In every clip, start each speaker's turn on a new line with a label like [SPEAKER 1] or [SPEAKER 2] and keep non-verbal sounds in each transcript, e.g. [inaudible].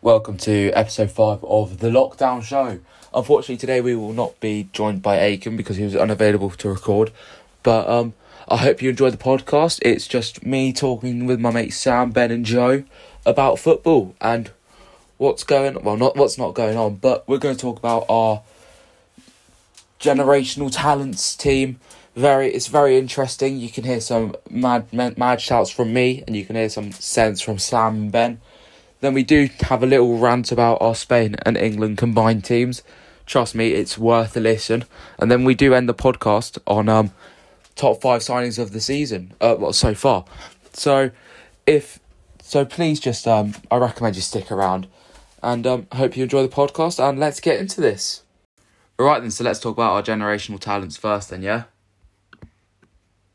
[SPEAKER 1] Welcome to episode five of the Lockdown Show. Unfortunately, today we will not be joined by Aiken because he was unavailable to record. But um, I hope you enjoy the podcast. It's just me talking with my mates Sam, Ben, and Joe about football and what's going. Well, not what's not going on, but we're going to talk about our generational talents team. Very, it's very interesting. You can hear some mad, mad, mad shouts from me, and you can hear some sense from Sam and Ben. Then we do have a little rant about our Spain and England combined teams. Trust me, it's worth a listen. And then we do end the podcast on um, top five signings of the season, uh, well, so far. So, if so, please just um, I recommend you stick around, and um, I hope you enjoy the podcast. And let's get into this. All right then, so let's talk about our generational talents first. Then, yeah.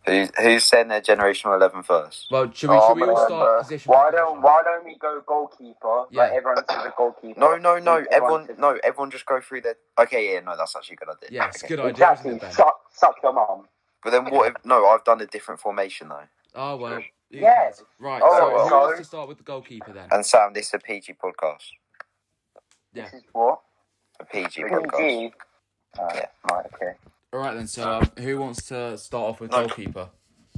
[SPEAKER 2] Who's, who's saying their generational 11 first?
[SPEAKER 1] Well, should we, should we all start position?
[SPEAKER 3] Oh, Why don't Why don't we go goalkeeper?
[SPEAKER 1] Yeah.
[SPEAKER 3] Like everyone says a goalkeeper.
[SPEAKER 2] No, no, no. Everyone,
[SPEAKER 3] says-
[SPEAKER 2] no. Everyone, just go through their. Okay, yeah, no, that's actually a good idea.
[SPEAKER 1] Yeah, it's a
[SPEAKER 2] Okay.
[SPEAKER 1] good idea.
[SPEAKER 3] Exactly.
[SPEAKER 1] Isn't it, Ben?
[SPEAKER 3] Suck, suck your mum.
[SPEAKER 2] But then what? If, no, I've done a different formation though.
[SPEAKER 1] Oh well. who
[SPEAKER 3] Yeah.
[SPEAKER 1] cares? Right.
[SPEAKER 2] Oh,
[SPEAKER 1] so
[SPEAKER 2] well.
[SPEAKER 1] who wants to start with the goalkeeper then?
[SPEAKER 2] And Sam, this is a PG podcast.
[SPEAKER 1] Yeah.
[SPEAKER 3] This is what?
[SPEAKER 2] A PG podcast.
[SPEAKER 3] PG. Uh,
[SPEAKER 2] Yeah.
[SPEAKER 3] Right. Okay.
[SPEAKER 1] All right then. So um, who wants to start off with
[SPEAKER 2] No.
[SPEAKER 1] goalkeeper?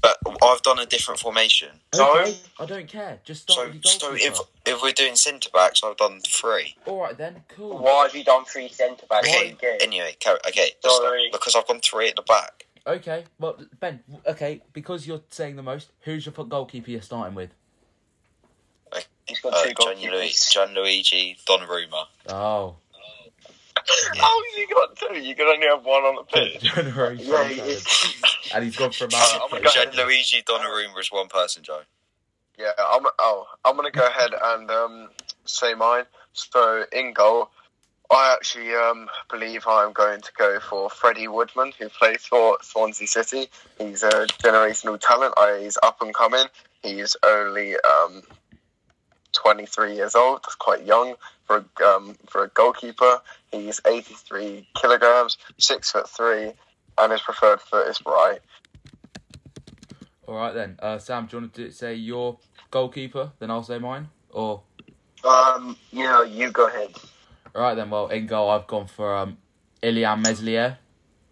[SPEAKER 2] But I've done a different formation.
[SPEAKER 1] Okay, I don't care. Just start with your goalkeeper.
[SPEAKER 2] if we're doing centre backs, I've done three.
[SPEAKER 1] All right then. Cool.
[SPEAKER 3] Why have you done three centre backs?
[SPEAKER 2] Okay. Anyway, carry- okay. let's start,
[SPEAKER 3] Sorry.
[SPEAKER 2] Because I've gone three at the back.
[SPEAKER 1] Okay. Well, Ben. Okay, because you're saying the most. Who's your fo- goalkeeper you're starting with?
[SPEAKER 2] Okay,
[SPEAKER 3] He's got two goalkeepers.
[SPEAKER 2] Uh, Gianluigi Donnarumma.
[SPEAKER 1] Oh.
[SPEAKER 4] Oh, you got two. You can only have one on
[SPEAKER 1] [laughs]
[SPEAKER 4] the pitch.
[SPEAKER 1] Generation.
[SPEAKER 3] Yeah, he is.
[SPEAKER 1] and he's gone from
[SPEAKER 4] Uh, I'm
[SPEAKER 1] out.
[SPEAKER 4] gonna go-
[SPEAKER 2] Gianluigi Donnarumma is one person, Joe.
[SPEAKER 4] Yeah, I'm. Oh, I'm gonna go ahead and um, say mine. So in goal, I actually um, believe I'm going to go for Freddie Woodman, who plays for Swansea City. He's a generational talent. I, he's up and coming. He's only um, 23 years old. That's quite young for a, um, for a goalkeeper. He's 83 kilograms, six foot three, and his preferred foot is right.
[SPEAKER 1] All right then. Uh, Sam, do you want to do, say your goalkeeper? Then I'll say mine. Or
[SPEAKER 4] Um, yeah, you go ahead.
[SPEAKER 1] all right then. Well, in goal, I've gone for um, Ilian Meslier,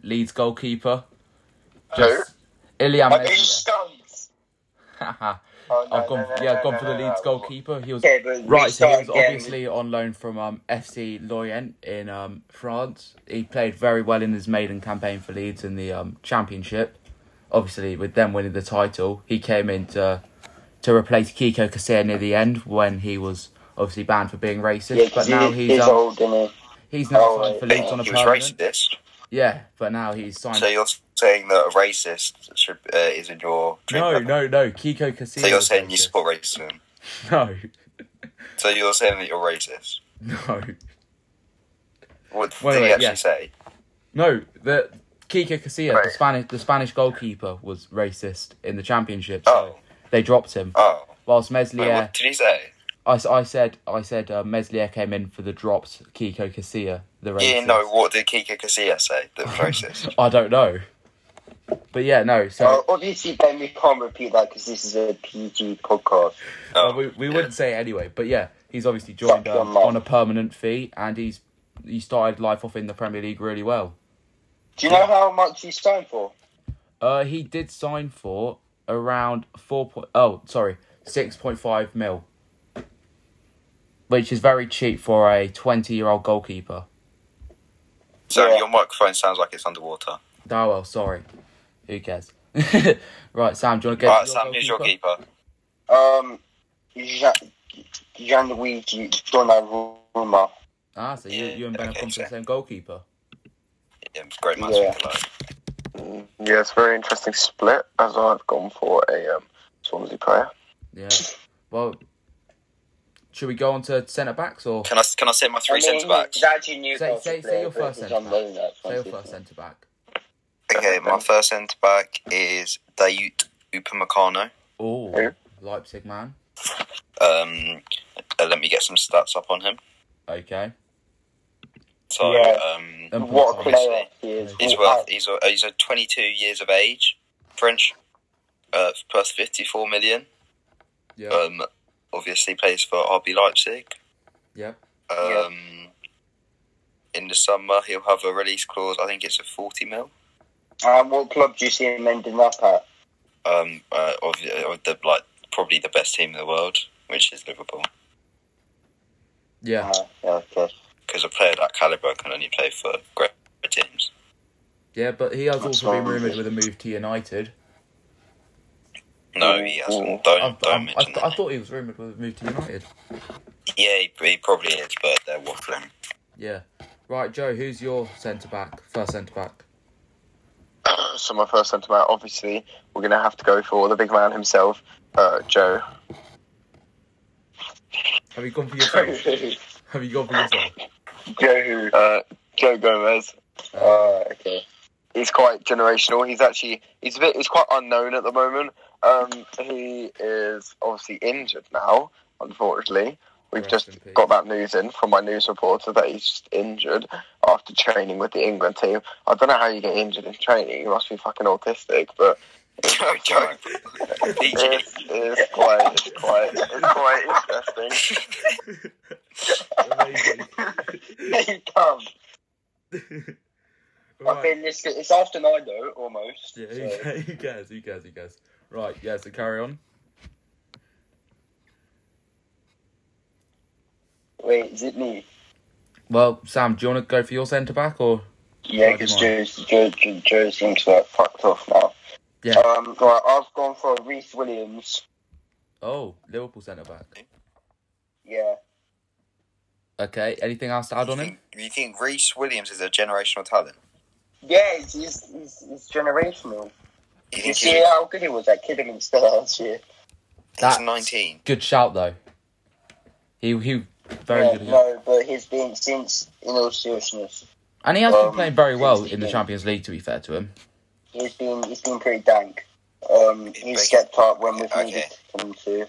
[SPEAKER 1] Leeds goalkeeper. Just- Ilian Meslier.
[SPEAKER 4] skunks.
[SPEAKER 1] Haha.
[SPEAKER 4] Oh, no,
[SPEAKER 1] [laughs] I've gone,
[SPEAKER 4] no, no,
[SPEAKER 1] yeah, I've
[SPEAKER 4] no,
[SPEAKER 1] gone
[SPEAKER 4] no,
[SPEAKER 1] for the
[SPEAKER 4] no,
[SPEAKER 1] Leeds
[SPEAKER 4] no.
[SPEAKER 1] goalkeeper. He was
[SPEAKER 3] Okay, but
[SPEAKER 1] right, so he
[SPEAKER 3] restart
[SPEAKER 1] was
[SPEAKER 3] again.
[SPEAKER 1] obviously on loan from um, FC Lorient in um, France. He played very well in his maiden campaign for Leeds in the um, Championship. Obviously, with them winning the title, he came in to, to replace Kiko Casilla near the end when he was obviously banned for being racist.
[SPEAKER 3] Yeah,
[SPEAKER 1] but
[SPEAKER 3] 'cause
[SPEAKER 1] now
[SPEAKER 3] he,
[SPEAKER 1] he's
[SPEAKER 3] he's
[SPEAKER 1] um,
[SPEAKER 3] old, isn't he?
[SPEAKER 1] he's now
[SPEAKER 3] oh,
[SPEAKER 1] signed for
[SPEAKER 3] yeah,
[SPEAKER 1] Leeds on a
[SPEAKER 2] he was
[SPEAKER 1] permanent.
[SPEAKER 2] racist.
[SPEAKER 1] Yeah, but now he's signed.
[SPEAKER 2] So you're saying that a racist should, uh, is in your dream
[SPEAKER 1] no,
[SPEAKER 2] level?
[SPEAKER 1] no, no. Kiko Casilla.
[SPEAKER 2] So you're saying you support racism.
[SPEAKER 1] No,
[SPEAKER 2] So you're saying that you're racist.
[SPEAKER 1] [laughs] no.
[SPEAKER 2] What did
[SPEAKER 1] Wait,
[SPEAKER 2] he
[SPEAKER 1] wait,
[SPEAKER 2] actually
[SPEAKER 1] yeah.
[SPEAKER 2] say?
[SPEAKER 1] No, the Kiko Casilla, the
[SPEAKER 4] Right.
[SPEAKER 1] Spanish the Spanish goalkeeper, was racist in the championship. So
[SPEAKER 2] Oh,
[SPEAKER 1] they dropped him.
[SPEAKER 2] oh.
[SPEAKER 1] Whilst
[SPEAKER 2] Wait,
[SPEAKER 1] Meslier,
[SPEAKER 2] What did he say?
[SPEAKER 1] I, s- I said I said uh, Meslier came in for the dropped Kiko Casilla, the racist.
[SPEAKER 2] Yeah, no, what did Kika Casilla say
[SPEAKER 1] [laughs]
[SPEAKER 2] that was racist?
[SPEAKER 1] I don't know. But yeah, no. So
[SPEAKER 3] Well, Oh, obviously, Ben, we can't repeat that because this is a PG podcast.
[SPEAKER 2] Oh,
[SPEAKER 1] uh, we, we
[SPEAKER 2] yeah.
[SPEAKER 1] wouldn't say it anyway. But yeah, he's obviously joined
[SPEAKER 3] your
[SPEAKER 1] um,
[SPEAKER 3] mum.
[SPEAKER 1] on a permanent fee, and he's he started life off in the Premier League really well.
[SPEAKER 3] Do you know how much he's signed for?
[SPEAKER 1] Uh, he did sign for around four point oh sorry six point five mil, which is very cheap for a twenty year old goalkeeper.
[SPEAKER 2] So
[SPEAKER 3] Yeah.
[SPEAKER 2] your microphone sounds like it's underwater.
[SPEAKER 1] Oh well, sorry. Who cares? [laughs] right, Sam, do you want to get? your
[SPEAKER 2] Alright, Sam, who's your
[SPEAKER 1] goalkeeper?
[SPEAKER 2] keeper?
[SPEAKER 3] Um, Jean, Gianluigi Donnarumma.
[SPEAKER 1] Ah, so you,
[SPEAKER 2] Yeah,
[SPEAKER 1] you and Ben have
[SPEAKER 2] okay,
[SPEAKER 1] come to the
[SPEAKER 2] sure.
[SPEAKER 1] same goalkeeper.
[SPEAKER 2] Yeah, great man.
[SPEAKER 3] Yeah.
[SPEAKER 4] Yeah, it's a very interesting split as I've gone for a um, Swansea player. [coughs]
[SPEAKER 2] [laughs]
[SPEAKER 1] Yeah. Well, should we go on to centre backs or
[SPEAKER 2] Can I can I say my three
[SPEAKER 3] I mean,
[SPEAKER 2] centre backs?
[SPEAKER 3] he's actually new
[SPEAKER 1] Say-
[SPEAKER 3] Newcastle
[SPEAKER 1] say- say
[SPEAKER 3] player,
[SPEAKER 1] your
[SPEAKER 3] but
[SPEAKER 1] first
[SPEAKER 3] he's
[SPEAKER 1] centre
[SPEAKER 3] on loan at
[SPEAKER 1] say your
[SPEAKER 3] Swansea.
[SPEAKER 1] first centre back?
[SPEAKER 2] Okay, my first centre back is Dayut Upamecano.
[SPEAKER 1] Oh,
[SPEAKER 4] Who?
[SPEAKER 1] Leipzig man.
[SPEAKER 2] Um, uh, let me get some stats up on him. Uh,
[SPEAKER 1] Okay.
[SPEAKER 2] So
[SPEAKER 3] Yeah.
[SPEAKER 2] um,
[SPEAKER 1] And
[SPEAKER 3] What a
[SPEAKER 1] Poulsen.
[SPEAKER 3] player he is.
[SPEAKER 1] Oh,
[SPEAKER 2] He's worth. He's a, he's a 22 years of age, French, uh, plus 54 million.
[SPEAKER 1] Yeah.
[SPEAKER 2] Um, obviously plays for RB Leipzig.
[SPEAKER 1] Yeah.
[SPEAKER 2] Um,
[SPEAKER 3] Yeah.
[SPEAKER 2] In the summer, he'll have a release clause. I think it's a 40 mil.
[SPEAKER 3] Um, what club do you see him ending up at?
[SPEAKER 2] Um, uh, of, the- of the like probably the best team in the world, which is Liverpool,
[SPEAKER 1] Yeah.
[SPEAKER 3] Uh, okay. [laughs]
[SPEAKER 2] because a player that caliber can only play for great teams.
[SPEAKER 1] Yeah, but he has
[SPEAKER 4] That's
[SPEAKER 1] also been
[SPEAKER 4] fine.
[SPEAKER 1] rumoured with a move to United.
[SPEAKER 2] No, he hasn't.
[SPEAKER 1] I,
[SPEAKER 2] Don't
[SPEAKER 1] I,
[SPEAKER 2] don't
[SPEAKER 1] I,
[SPEAKER 2] mention that.
[SPEAKER 1] I thought he was rumoured with a move to United.
[SPEAKER 2] Yeah, he, he probably is, but they're waffling. [laughs]
[SPEAKER 1] Yeah. Right, Joe, who's your centre back? First centre back.
[SPEAKER 4] so my first centre back, obviously, we're going to have to go for the big man himself, uh, Joe.
[SPEAKER 1] Have you gone for yourself? [laughs] Have you gone for yourself?
[SPEAKER 3] Joe.
[SPEAKER 4] Uh, Joe Gomez.
[SPEAKER 1] Ah,
[SPEAKER 3] Uh, okay.
[SPEAKER 4] He's quite generational. He's actually he's a bit he's quite unknown at the moment. Um, he is obviously injured now, unfortunately. We've
[SPEAKER 1] Rest
[SPEAKER 4] just
[SPEAKER 1] in peace.
[SPEAKER 4] got that news in from my news reporter that he's just injured after training with the England team. I don't know how you get injured in training. You must be fucking autistic, but
[SPEAKER 2] Joe, Joe.
[SPEAKER 4] it's, it's quite it's quite it's quite interesting.
[SPEAKER 1] [laughs] Amazing. [laughs]
[SPEAKER 3] Hey, come. I
[SPEAKER 1] right.
[SPEAKER 3] think it's, it's after nine though, almost.
[SPEAKER 1] Yeah,
[SPEAKER 3] so.
[SPEAKER 1] who, ca- who cares? Who cares? Who cares? Right, yeah, so carry on.
[SPEAKER 3] Wait, is it me?
[SPEAKER 1] Well, Sam, do you want to go for your centre back or Why
[SPEAKER 3] Yeah,
[SPEAKER 1] do
[SPEAKER 3] because
[SPEAKER 1] you
[SPEAKER 3] Joe, Joe, Joe, Joe seems like fucked off now.
[SPEAKER 1] Yeah.
[SPEAKER 3] Um, right, I've gone for Reese Williams.
[SPEAKER 1] oh Liverpool centre back?
[SPEAKER 3] Yeah.
[SPEAKER 1] Okay. Anything else to add on
[SPEAKER 2] you
[SPEAKER 1] him?
[SPEAKER 2] think, you think Reece Williams is a generational talent?
[SPEAKER 3] Yeah, it's, it's, it's, it's generational.
[SPEAKER 2] You
[SPEAKER 3] You
[SPEAKER 2] think he's,
[SPEAKER 3] see how good he was at killing himself last year.
[SPEAKER 2] he's
[SPEAKER 1] That's-
[SPEAKER 2] 19?
[SPEAKER 1] Good shout though. He he, very
[SPEAKER 3] yeah,
[SPEAKER 1] good. Again.
[SPEAKER 3] no, but he's been since, in all seriousness,
[SPEAKER 1] And he has been
[SPEAKER 3] um,
[SPEAKER 1] playing very well in the
[SPEAKER 3] yeah.
[SPEAKER 1] Champions League. To be fair to him,
[SPEAKER 3] he's been he's been pretty dank. Um, he stepped up when we've
[SPEAKER 2] Okay.
[SPEAKER 3] needed him to,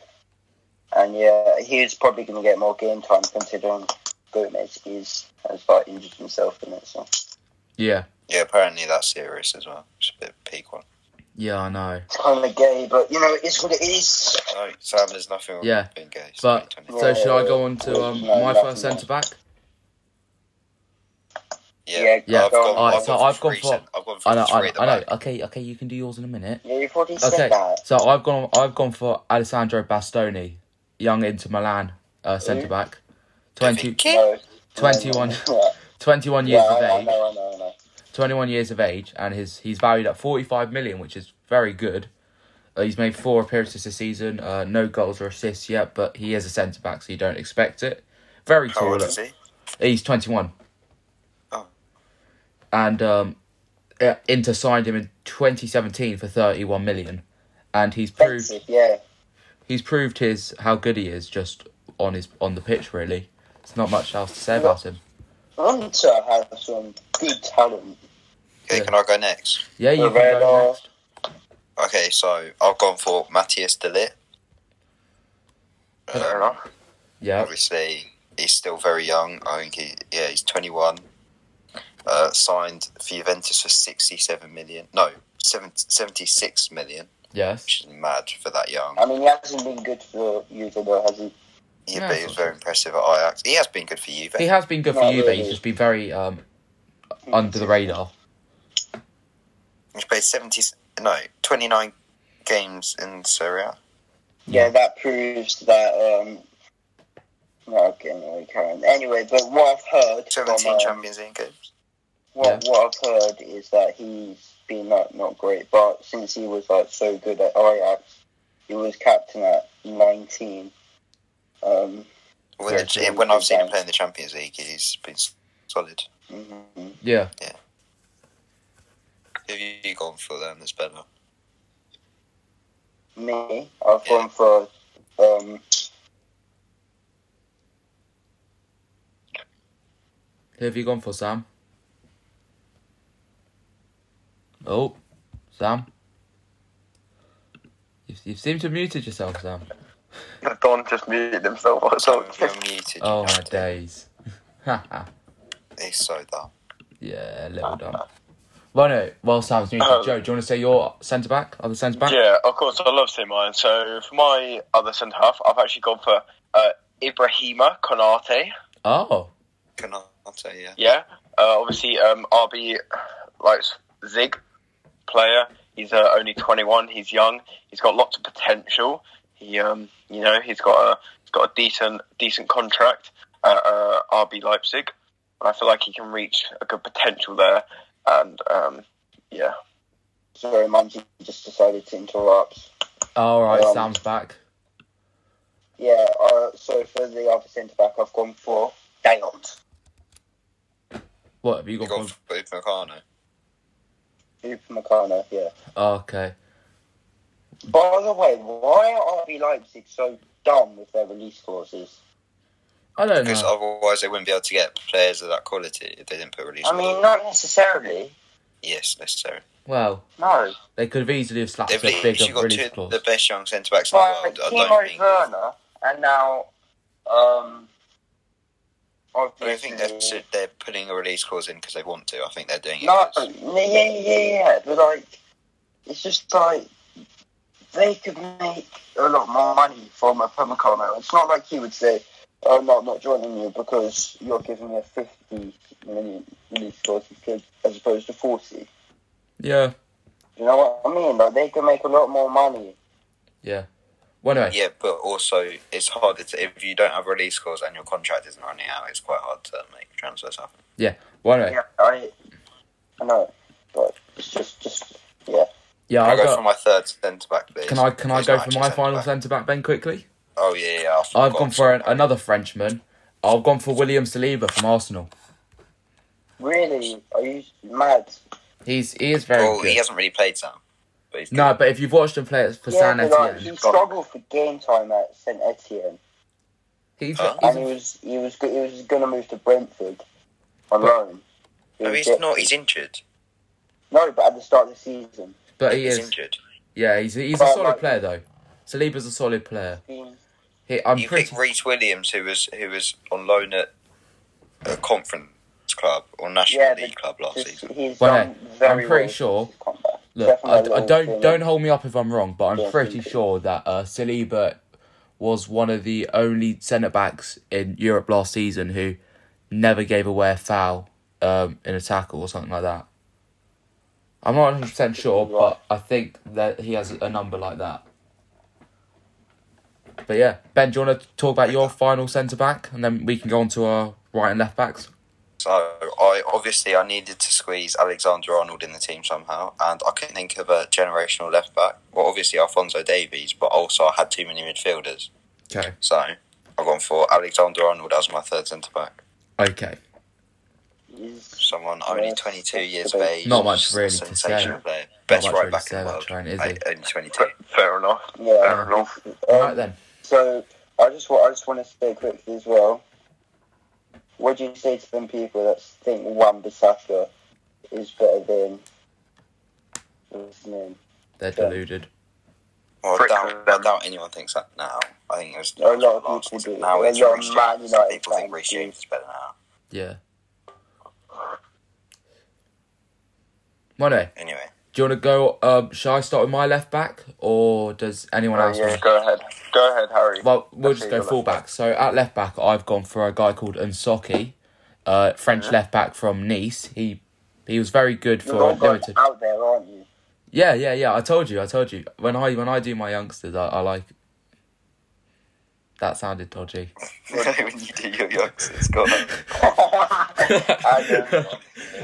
[SPEAKER 3] and yeah, he's probably going to get more game time considering Gomez is has like injured himself in it. So
[SPEAKER 1] yeah,
[SPEAKER 2] Yeah, apparently that's serious as well. It's a bit peak one.
[SPEAKER 1] yeah, I know.
[SPEAKER 3] it's kind of gay, but you know, it's what it is.
[SPEAKER 2] No, Sam, there's nothing wrong
[SPEAKER 1] Yeah,
[SPEAKER 2] with being gay. It's
[SPEAKER 1] but-
[SPEAKER 2] 2020.
[SPEAKER 1] So should I go on to um,
[SPEAKER 3] uh, No,
[SPEAKER 1] my
[SPEAKER 3] nothing
[SPEAKER 1] first
[SPEAKER 3] else.
[SPEAKER 1] centre back?
[SPEAKER 2] yeah,
[SPEAKER 1] Yeah,
[SPEAKER 2] I've
[SPEAKER 3] go
[SPEAKER 2] gone,
[SPEAKER 3] on.
[SPEAKER 1] Alright,
[SPEAKER 2] I've
[SPEAKER 1] so
[SPEAKER 2] gone
[SPEAKER 1] I've
[SPEAKER 2] for
[SPEAKER 1] gone
[SPEAKER 2] three
[SPEAKER 1] for-
[SPEAKER 2] cent- I've gone for
[SPEAKER 1] I know,
[SPEAKER 2] three
[SPEAKER 1] I,
[SPEAKER 2] at the
[SPEAKER 1] I know.
[SPEAKER 2] back.
[SPEAKER 1] Okay, okay, you can do yours in a minute.
[SPEAKER 3] Yeah, you've already
[SPEAKER 1] Okay,
[SPEAKER 3] said that.
[SPEAKER 1] so I've gone. I've gone for Alessandro Bastoni, young Inter Milan uh, centre back, 20,
[SPEAKER 3] No,
[SPEAKER 1] 21,
[SPEAKER 3] no, no, no.
[SPEAKER 1] 21
[SPEAKER 3] [laughs] Yeah,
[SPEAKER 1] years
[SPEAKER 3] I, I
[SPEAKER 1] of age.
[SPEAKER 3] know, I know, I know.
[SPEAKER 1] 21 years of age, and his he's valued at 45 million, which is very good. Uh, he's made four appearances this season, uh, no goals or assists yet, but he is a centre back, so you don't expect it. Very
[SPEAKER 2] How
[SPEAKER 1] tall.
[SPEAKER 2] old is he?
[SPEAKER 1] He's 21.
[SPEAKER 2] Oh.
[SPEAKER 1] And um, uh, Inter signed him in 2017 for 31 million, and he's proved
[SPEAKER 3] Expensive, yeah.
[SPEAKER 1] he's proved his how good he is just on his on the pitch. Really, it's not much else to say about him.
[SPEAKER 3] Hunter has some good talent.
[SPEAKER 2] Okay,
[SPEAKER 1] Yeah.
[SPEAKER 2] can I go next?
[SPEAKER 1] Yeah, you can
[SPEAKER 3] Moreno.
[SPEAKER 1] go next.
[SPEAKER 2] Okay, so I've gone for Matthias Uh, Delit.
[SPEAKER 4] Fair enough.
[SPEAKER 1] Yeah,
[SPEAKER 2] obviously he's still very young. I think he, yeah, he's 21. Uh, signed for Juventus for 67 million. No, 7 76 million,
[SPEAKER 1] yes.
[SPEAKER 2] which is mad for that young.
[SPEAKER 3] I mean, he hasn't been good for you, though, has he?
[SPEAKER 2] Yeah,
[SPEAKER 1] Yeah,
[SPEAKER 2] but he
[SPEAKER 1] I
[SPEAKER 2] was
[SPEAKER 1] thought
[SPEAKER 2] very impressive at Ajax. He has been good for Juve.
[SPEAKER 1] He has been good for
[SPEAKER 3] Not
[SPEAKER 1] you, but he's
[SPEAKER 3] really.
[SPEAKER 1] just been very um, under the radar.
[SPEAKER 2] He's played 70, no, 29 games in Serie A.
[SPEAKER 3] Yeah, that proves that. um no, okay, no, Karen. Anyway, but what I've heard, from,
[SPEAKER 2] 17
[SPEAKER 3] um,
[SPEAKER 2] Champions League games.
[SPEAKER 3] what, what I've heard is that he's been like not great, but since he was like so good at Ajax, he was captain at nineteen. Um,
[SPEAKER 2] When,
[SPEAKER 1] Yeah,
[SPEAKER 2] the-
[SPEAKER 3] 17
[SPEAKER 2] when I've seen him
[SPEAKER 3] games.
[SPEAKER 2] play in the Champions League, he's been s- solid.
[SPEAKER 3] mhm.
[SPEAKER 1] Yeah.
[SPEAKER 2] Who Have you gone for then? That's better.
[SPEAKER 3] Me, I've gone for um,
[SPEAKER 1] Who have you gone for, Sam? Oh, Sam. You, you seem to have muted yourself, Sam.
[SPEAKER 4] Don just muted himself or
[SPEAKER 2] So
[SPEAKER 4] something.
[SPEAKER 2] you're muted. you
[SPEAKER 1] Oh my
[SPEAKER 2] have to.
[SPEAKER 1] days. [laughs] Haha.
[SPEAKER 2] He's so dumb.
[SPEAKER 1] yeah, little dumb.
[SPEAKER 2] [laughs]
[SPEAKER 1] Well, no. Well, Sam's muted.
[SPEAKER 4] Um,
[SPEAKER 1] Joe, do you want to say your centre back? Other centre back?
[SPEAKER 4] Yeah, of course, I love St. Mirren. So for my other centre half, I've actually gone for uh, Ibrahima Konate.
[SPEAKER 1] Oh,
[SPEAKER 2] Canate, yeah.
[SPEAKER 4] Yeah. Uh, obviously, um, RB likes Zig player. He's uh, only 21. He's young. He's got lots of potential. He, um, you know, he's got a he's got a decent decent contract at uh, RB Leipzig. I feel like he can reach a good potential there. And um, yeah,
[SPEAKER 3] Sorry, Mumsy just decided to interrupt.
[SPEAKER 1] all right.
[SPEAKER 3] Um,
[SPEAKER 1] Sam's back.
[SPEAKER 3] Yeah, uh, so for the other centre back, I've gone for Dayot.
[SPEAKER 1] What have you got?
[SPEAKER 2] You got
[SPEAKER 1] from-
[SPEAKER 2] Upamecano.
[SPEAKER 3] Upamecano, yeah.
[SPEAKER 1] Oh, Okay.
[SPEAKER 3] By the way, why are RB Leipzig so dumb with their release clauses?
[SPEAKER 1] I don't
[SPEAKER 2] Because
[SPEAKER 1] know.
[SPEAKER 2] otherwise they wouldn't be able to get players of that quality if they didn't put release.
[SPEAKER 3] I mean, not necessarily.
[SPEAKER 2] yes, necessarily.
[SPEAKER 1] Well,
[SPEAKER 3] No.
[SPEAKER 1] they could have easily have slapped
[SPEAKER 2] They've
[SPEAKER 1] a bigger
[SPEAKER 2] literally got two
[SPEAKER 1] release
[SPEAKER 2] of
[SPEAKER 1] clause.
[SPEAKER 2] the best young centre backs in the
[SPEAKER 3] But
[SPEAKER 2] world. I don't
[SPEAKER 3] Timo
[SPEAKER 2] think.
[SPEAKER 3] Werner and now, um,
[SPEAKER 2] I don't think
[SPEAKER 3] obviously-
[SPEAKER 2] they're, they're putting a release clause in because they want to. I think they're doing it.
[SPEAKER 3] No,
[SPEAKER 2] 'cause-
[SPEAKER 3] yeah, yeah, yeah, yeah. But like, it's just like they could make a lot more money from a Pumacano. It's not like he would say, "Oh no, I'm not joining you because you're giving me a 50 million release clause instead- as opposed to 40."
[SPEAKER 1] Yeah.
[SPEAKER 3] You know what I mean? Like they could make a lot more money.
[SPEAKER 1] Yeah. Well, anyway.
[SPEAKER 2] Yeah, but also it's hard to, if you don't have release clause and your contract isn't running out. It's quite hard to make transfers happen.
[SPEAKER 1] Well, anyway.
[SPEAKER 3] Yeah, I, I know, but it's just, just yeah.
[SPEAKER 1] Yeah.
[SPEAKER 2] I'll
[SPEAKER 1] I've
[SPEAKER 2] go
[SPEAKER 1] got-
[SPEAKER 2] for my third centre back, please.
[SPEAKER 1] Can I can I
[SPEAKER 2] Who's
[SPEAKER 1] go
[SPEAKER 2] not
[SPEAKER 1] for
[SPEAKER 2] actually
[SPEAKER 1] my
[SPEAKER 2] centre
[SPEAKER 1] final
[SPEAKER 2] back?
[SPEAKER 1] centre back then quickly?
[SPEAKER 2] Oh yeah, yeah. I
[SPEAKER 1] I've gone
[SPEAKER 2] forgot.
[SPEAKER 1] for an, another Frenchman. I've gone for William Saliba from Arsenal.
[SPEAKER 3] Really, are you mad?
[SPEAKER 1] He's he is very
[SPEAKER 2] Well,
[SPEAKER 1] good.
[SPEAKER 2] he hasn't really played Sam. But he's
[SPEAKER 1] No, but if you've watched him play for
[SPEAKER 3] Yeah,
[SPEAKER 1] San
[SPEAKER 3] but like,
[SPEAKER 1] Etienne,
[SPEAKER 3] he
[SPEAKER 1] he's,
[SPEAKER 3] struggled for game time at Saint Etienne.
[SPEAKER 1] he's,
[SPEAKER 2] Huh?
[SPEAKER 3] and he
[SPEAKER 1] a-
[SPEAKER 3] was he was go- he was going to move to Brentford on
[SPEAKER 1] But-
[SPEAKER 3] loan. He
[SPEAKER 2] good. no,
[SPEAKER 3] was
[SPEAKER 2] he's
[SPEAKER 3] get-
[SPEAKER 2] not. He's injured.
[SPEAKER 3] No, but at the start of the season,
[SPEAKER 1] but he
[SPEAKER 2] he's
[SPEAKER 1] is
[SPEAKER 2] injured.
[SPEAKER 1] yeah he's he's a
[SPEAKER 3] But,
[SPEAKER 1] solid
[SPEAKER 3] like-
[SPEAKER 1] player though. Saliba's a solid player.
[SPEAKER 3] he,
[SPEAKER 1] He, I'm
[SPEAKER 2] you
[SPEAKER 1] pretty
[SPEAKER 2] pick Reece Williams, who was who was on loan at a conference club or national
[SPEAKER 3] Yeah, but
[SPEAKER 2] league club last
[SPEAKER 3] just-
[SPEAKER 2] season.
[SPEAKER 3] he's
[SPEAKER 1] Well,
[SPEAKER 3] done very
[SPEAKER 1] I'm pretty
[SPEAKER 3] well
[SPEAKER 1] sure-
[SPEAKER 3] since he's come back.
[SPEAKER 1] look. I,
[SPEAKER 3] Definitely
[SPEAKER 1] I
[SPEAKER 3] will
[SPEAKER 1] don't
[SPEAKER 3] win it.
[SPEAKER 1] don't hold me up if I'm wrong, but I'm
[SPEAKER 3] Yeah,
[SPEAKER 1] pretty
[SPEAKER 3] thank you.
[SPEAKER 1] sure that uh, Saliba was one of the only centre backs in Europe last season who never gave away a foul um, in a tackle or something like that. I'm not 100 percent sure, but I think that he has a number like that. But yeah, Ben, do you want to talk about your final centre back, and then we can go on to our right and left backs?
[SPEAKER 2] So I obviously I needed to squeeze Alexander Arnold in the team somehow, and I couldn't think of a generational left back. Well, obviously Alfonso Davies, but also I had too many midfielders,
[SPEAKER 1] Okay.
[SPEAKER 2] so I've gone for Alexander Arnold as my third centre back.
[SPEAKER 1] Okay.
[SPEAKER 3] He's-
[SPEAKER 2] Someone only
[SPEAKER 3] Yeah,
[SPEAKER 2] 22
[SPEAKER 3] that's
[SPEAKER 2] years
[SPEAKER 3] the
[SPEAKER 2] of
[SPEAKER 3] best.
[SPEAKER 2] age,
[SPEAKER 1] Not much really to say.
[SPEAKER 2] sensational player, best
[SPEAKER 1] much
[SPEAKER 2] right
[SPEAKER 1] really
[SPEAKER 2] back
[SPEAKER 1] to
[SPEAKER 2] in the
[SPEAKER 1] say
[SPEAKER 2] world,
[SPEAKER 1] about Trent, is
[SPEAKER 2] I-
[SPEAKER 1] he?
[SPEAKER 2] only 22.
[SPEAKER 4] fair enough.
[SPEAKER 3] yeah.
[SPEAKER 4] Fair enough.
[SPEAKER 1] Uh, Right
[SPEAKER 3] Um,
[SPEAKER 1] then.
[SPEAKER 3] so I just wa- I just want to say quickly as well. What do you say to them people that think Wan Bissaka is better than what's his name?
[SPEAKER 1] They're
[SPEAKER 3] Yeah.
[SPEAKER 1] deluded.
[SPEAKER 2] Well, I
[SPEAKER 4] Frick
[SPEAKER 2] doubt, I
[SPEAKER 4] them.
[SPEAKER 2] doubt anyone thinks that now. I think it was
[SPEAKER 3] A lot of
[SPEAKER 2] last
[SPEAKER 3] people
[SPEAKER 2] season.
[SPEAKER 3] do.
[SPEAKER 2] Now
[SPEAKER 3] A
[SPEAKER 2] it's
[SPEAKER 3] lot of
[SPEAKER 2] Reece
[SPEAKER 3] Man
[SPEAKER 2] James.
[SPEAKER 3] United
[SPEAKER 2] People think
[SPEAKER 3] fans
[SPEAKER 2] Reece
[SPEAKER 3] do.
[SPEAKER 2] James is better now.
[SPEAKER 1] Yeah. Money,
[SPEAKER 3] [laughs]
[SPEAKER 2] Anyway, [laughs]
[SPEAKER 1] do you want to go? Um, shall I start with my left back, or does anyone else?
[SPEAKER 4] Oh, yeah,
[SPEAKER 1] want-
[SPEAKER 4] go ahead. Go ahead, Harry.
[SPEAKER 1] Well, we'll
[SPEAKER 4] Let's
[SPEAKER 1] just
[SPEAKER 4] see
[SPEAKER 1] go
[SPEAKER 4] the
[SPEAKER 1] full
[SPEAKER 4] left
[SPEAKER 1] back. So at left back, I've gone for a guy called Unsocki, uh, French left back from Nice. He he was very good
[SPEAKER 3] You're
[SPEAKER 1] for
[SPEAKER 3] all going
[SPEAKER 1] limited.
[SPEAKER 3] out there, aren't you? [laughs]
[SPEAKER 1] Yeah, yeah, yeah. I told you. I told you. When I when I do my youngsters, I, I like. That sounded dodgy.
[SPEAKER 2] when you do your youngsters,
[SPEAKER 3] [laughs]
[SPEAKER 2] go on.
[SPEAKER 3] I don't know.
[SPEAKER 1] [laughs]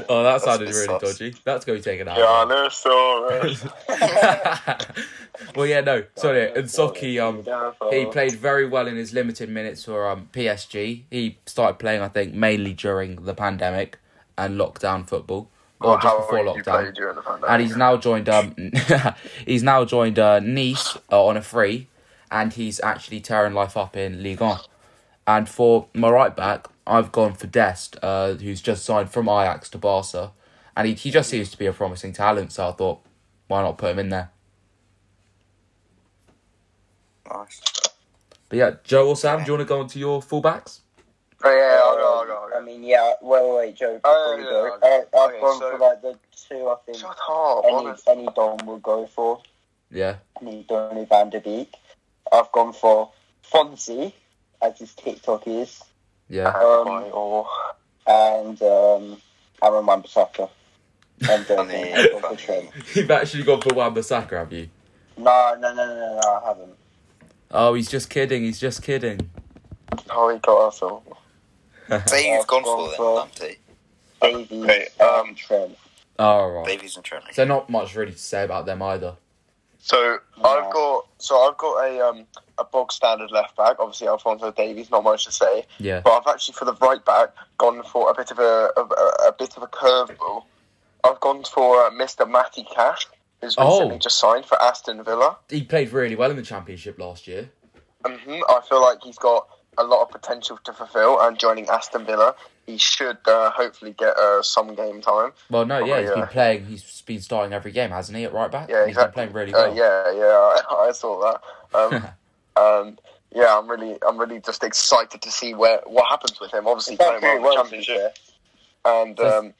[SPEAKER 1] Oh, that sounded
[SPEAKER 2] bit
[SPEAKER 1] really
[SPEAKER 2] sus.
[SPEAKER 1] dodgy. That's going to take an hour.
[SPEAKER 4] Giannis
[SPEAKER 1] [laughs] well, yeah, no. Sorry, Unsocki. Um, he
[SPEAKER 3] He
[SPEAKER 1] played very well in his limited minutes for um, PSG. He started playing, I think, mainly during the pandemic and lockdown football, [laughs] or just before lockdown.
[SPEAKER 4] during the pandemic.
[SPEAKER 1] And he's now joined. Um, [laughs] he's now joined uh, Nice uh, on a free, and he's actually tearing life up in Ligue 1. And for my right back, I've gone for Dest, uh, who's just signed from Ajax to Barca, and he he just seems to be a promising talent. So I thought, why not put him in there?
[SPEAKER 3] Oh,
[SPEAKER 2] Nice.
[SPEAKER 1] But yeah, Joe or Sam, do you want to go on to your fullbacks?
[SPEAKER 4] Oh, yeah, I'll go, I'll go, I'll go.
[SPEAKER 3] Um, I mean, yeah. Wait, wait, wait, Joe. Before
[SPEAKER 4] Oh,
[SPEAKER 3] you
[SPEAKER 4] yeah,
[SPEAKER 3] go,
[SPEAKER 4] yeah,
[SPEAKER 3] uh, I've
[SPEAKER 4] okay,
[SPEAKER 3] gone
[SPEAKER 4] so-
[SPEAKER 3] for like the two I think
[SPEAKER 4] Shut up,
[SPEAKER 3] any
[SPEAKER 4] honest.
[SPEAKER 3] any Don will go for.
[SPEAKER 1] Yeah.
[SPEAKER 3] Any Donny Van de Beek. I've gone for Fonzie as his TikTok is,
[SPEAKER 1] Yeah.
[SPEAKER 3] Um,
[SPEAKER 4] or
[SPEAKER 3] and um, Aaron Wan-Bissaka. And um,
[SPEAKER 2] Funny,
[SPEAKER 3] and Uncle
[SPEAKER 2] funny.
[SPEAKER 3] Trent.
[SPEAKER 1] [laughs] You've actually gone for Wan-Bissaka, have you?
[SPEAKER 3] No, no, no, no, no, I haven't.
[SPEAKER 1] Oh, he's just kidding. He's just kidding. [laughs]
[SPEAKER 4] Harry Garfield.
[SPEAKER 2] Say you've
[SPEAKER 3] I've
[SPEAKER 2] gone
[SPEAKER 3] gone
[SPEAKER 2] for them,
[SPEAKER 3] for-
[SPEAKER 2] Lamptey.
[SPEAKER 3] Davies
[SPEAKER 4] Okay, um,
[SPEAKER 3] and Trent.
[SPEAKER 1] All right.
[SPEAKER 2] Davies and Trent.
[SPEAKER 1] So not much really to say about them either.
[SPEAKER 4] So
[SPEAKER 3] Yeah.
[SPEAKER 4] I've got so I've got a um a bog standard left back. Obviously Alfonso Davies, not much to say.
[SPEAKER 1] Yeah.
[SPEAKER 4] But I've actually for the right back gone for a bit of a a, a- a bit of a curveball. I've gone for uh, Mr. Matty Cash, who's
[SPEAKER 1] Oh.
[SPEAKER 4] recently just signed for Aston Villa.
[SPEAKER 1] He played really well in the championship last year.
[SPEAKER 4] hmm I feel like he's got a lot of potential to fulfil, and joining Aston Villa, he should uh, hopefully get uh, some game time.
[SPEAKER 1] Well, no, yeah,
[SPEAKER 4] Oh,
[SPEAKER 1] he's
[SPEAKER 4] yeah.
[SPEAKER 1] been playing. He's been starting every game, hasn't he? At right back.
[SPEAKER 4] Yeah,
[SPEAKER 1] And
[SPEAKER 4] exactly.
[SPEAKER 1] He's been playing really
[SPEAKER 4] Uh,
[SPEAKER 1] well.
[SPEAKER 4] yeah, yeah, I, [laughs] I saw that.
[SPEAKER 1] [laughs]
[SPEAKER 4] Um, um, yeah, I'm really, I'm really just excited to see where what happens with him. Obviously,
[SPEAKER 3] He's done
[SPEAKER 4] playing well
[SPEAKER 3] very
[SPEAKER 4] in the
[SPEAKER 3] well, to be
[SPEAKER 4] championship, and um,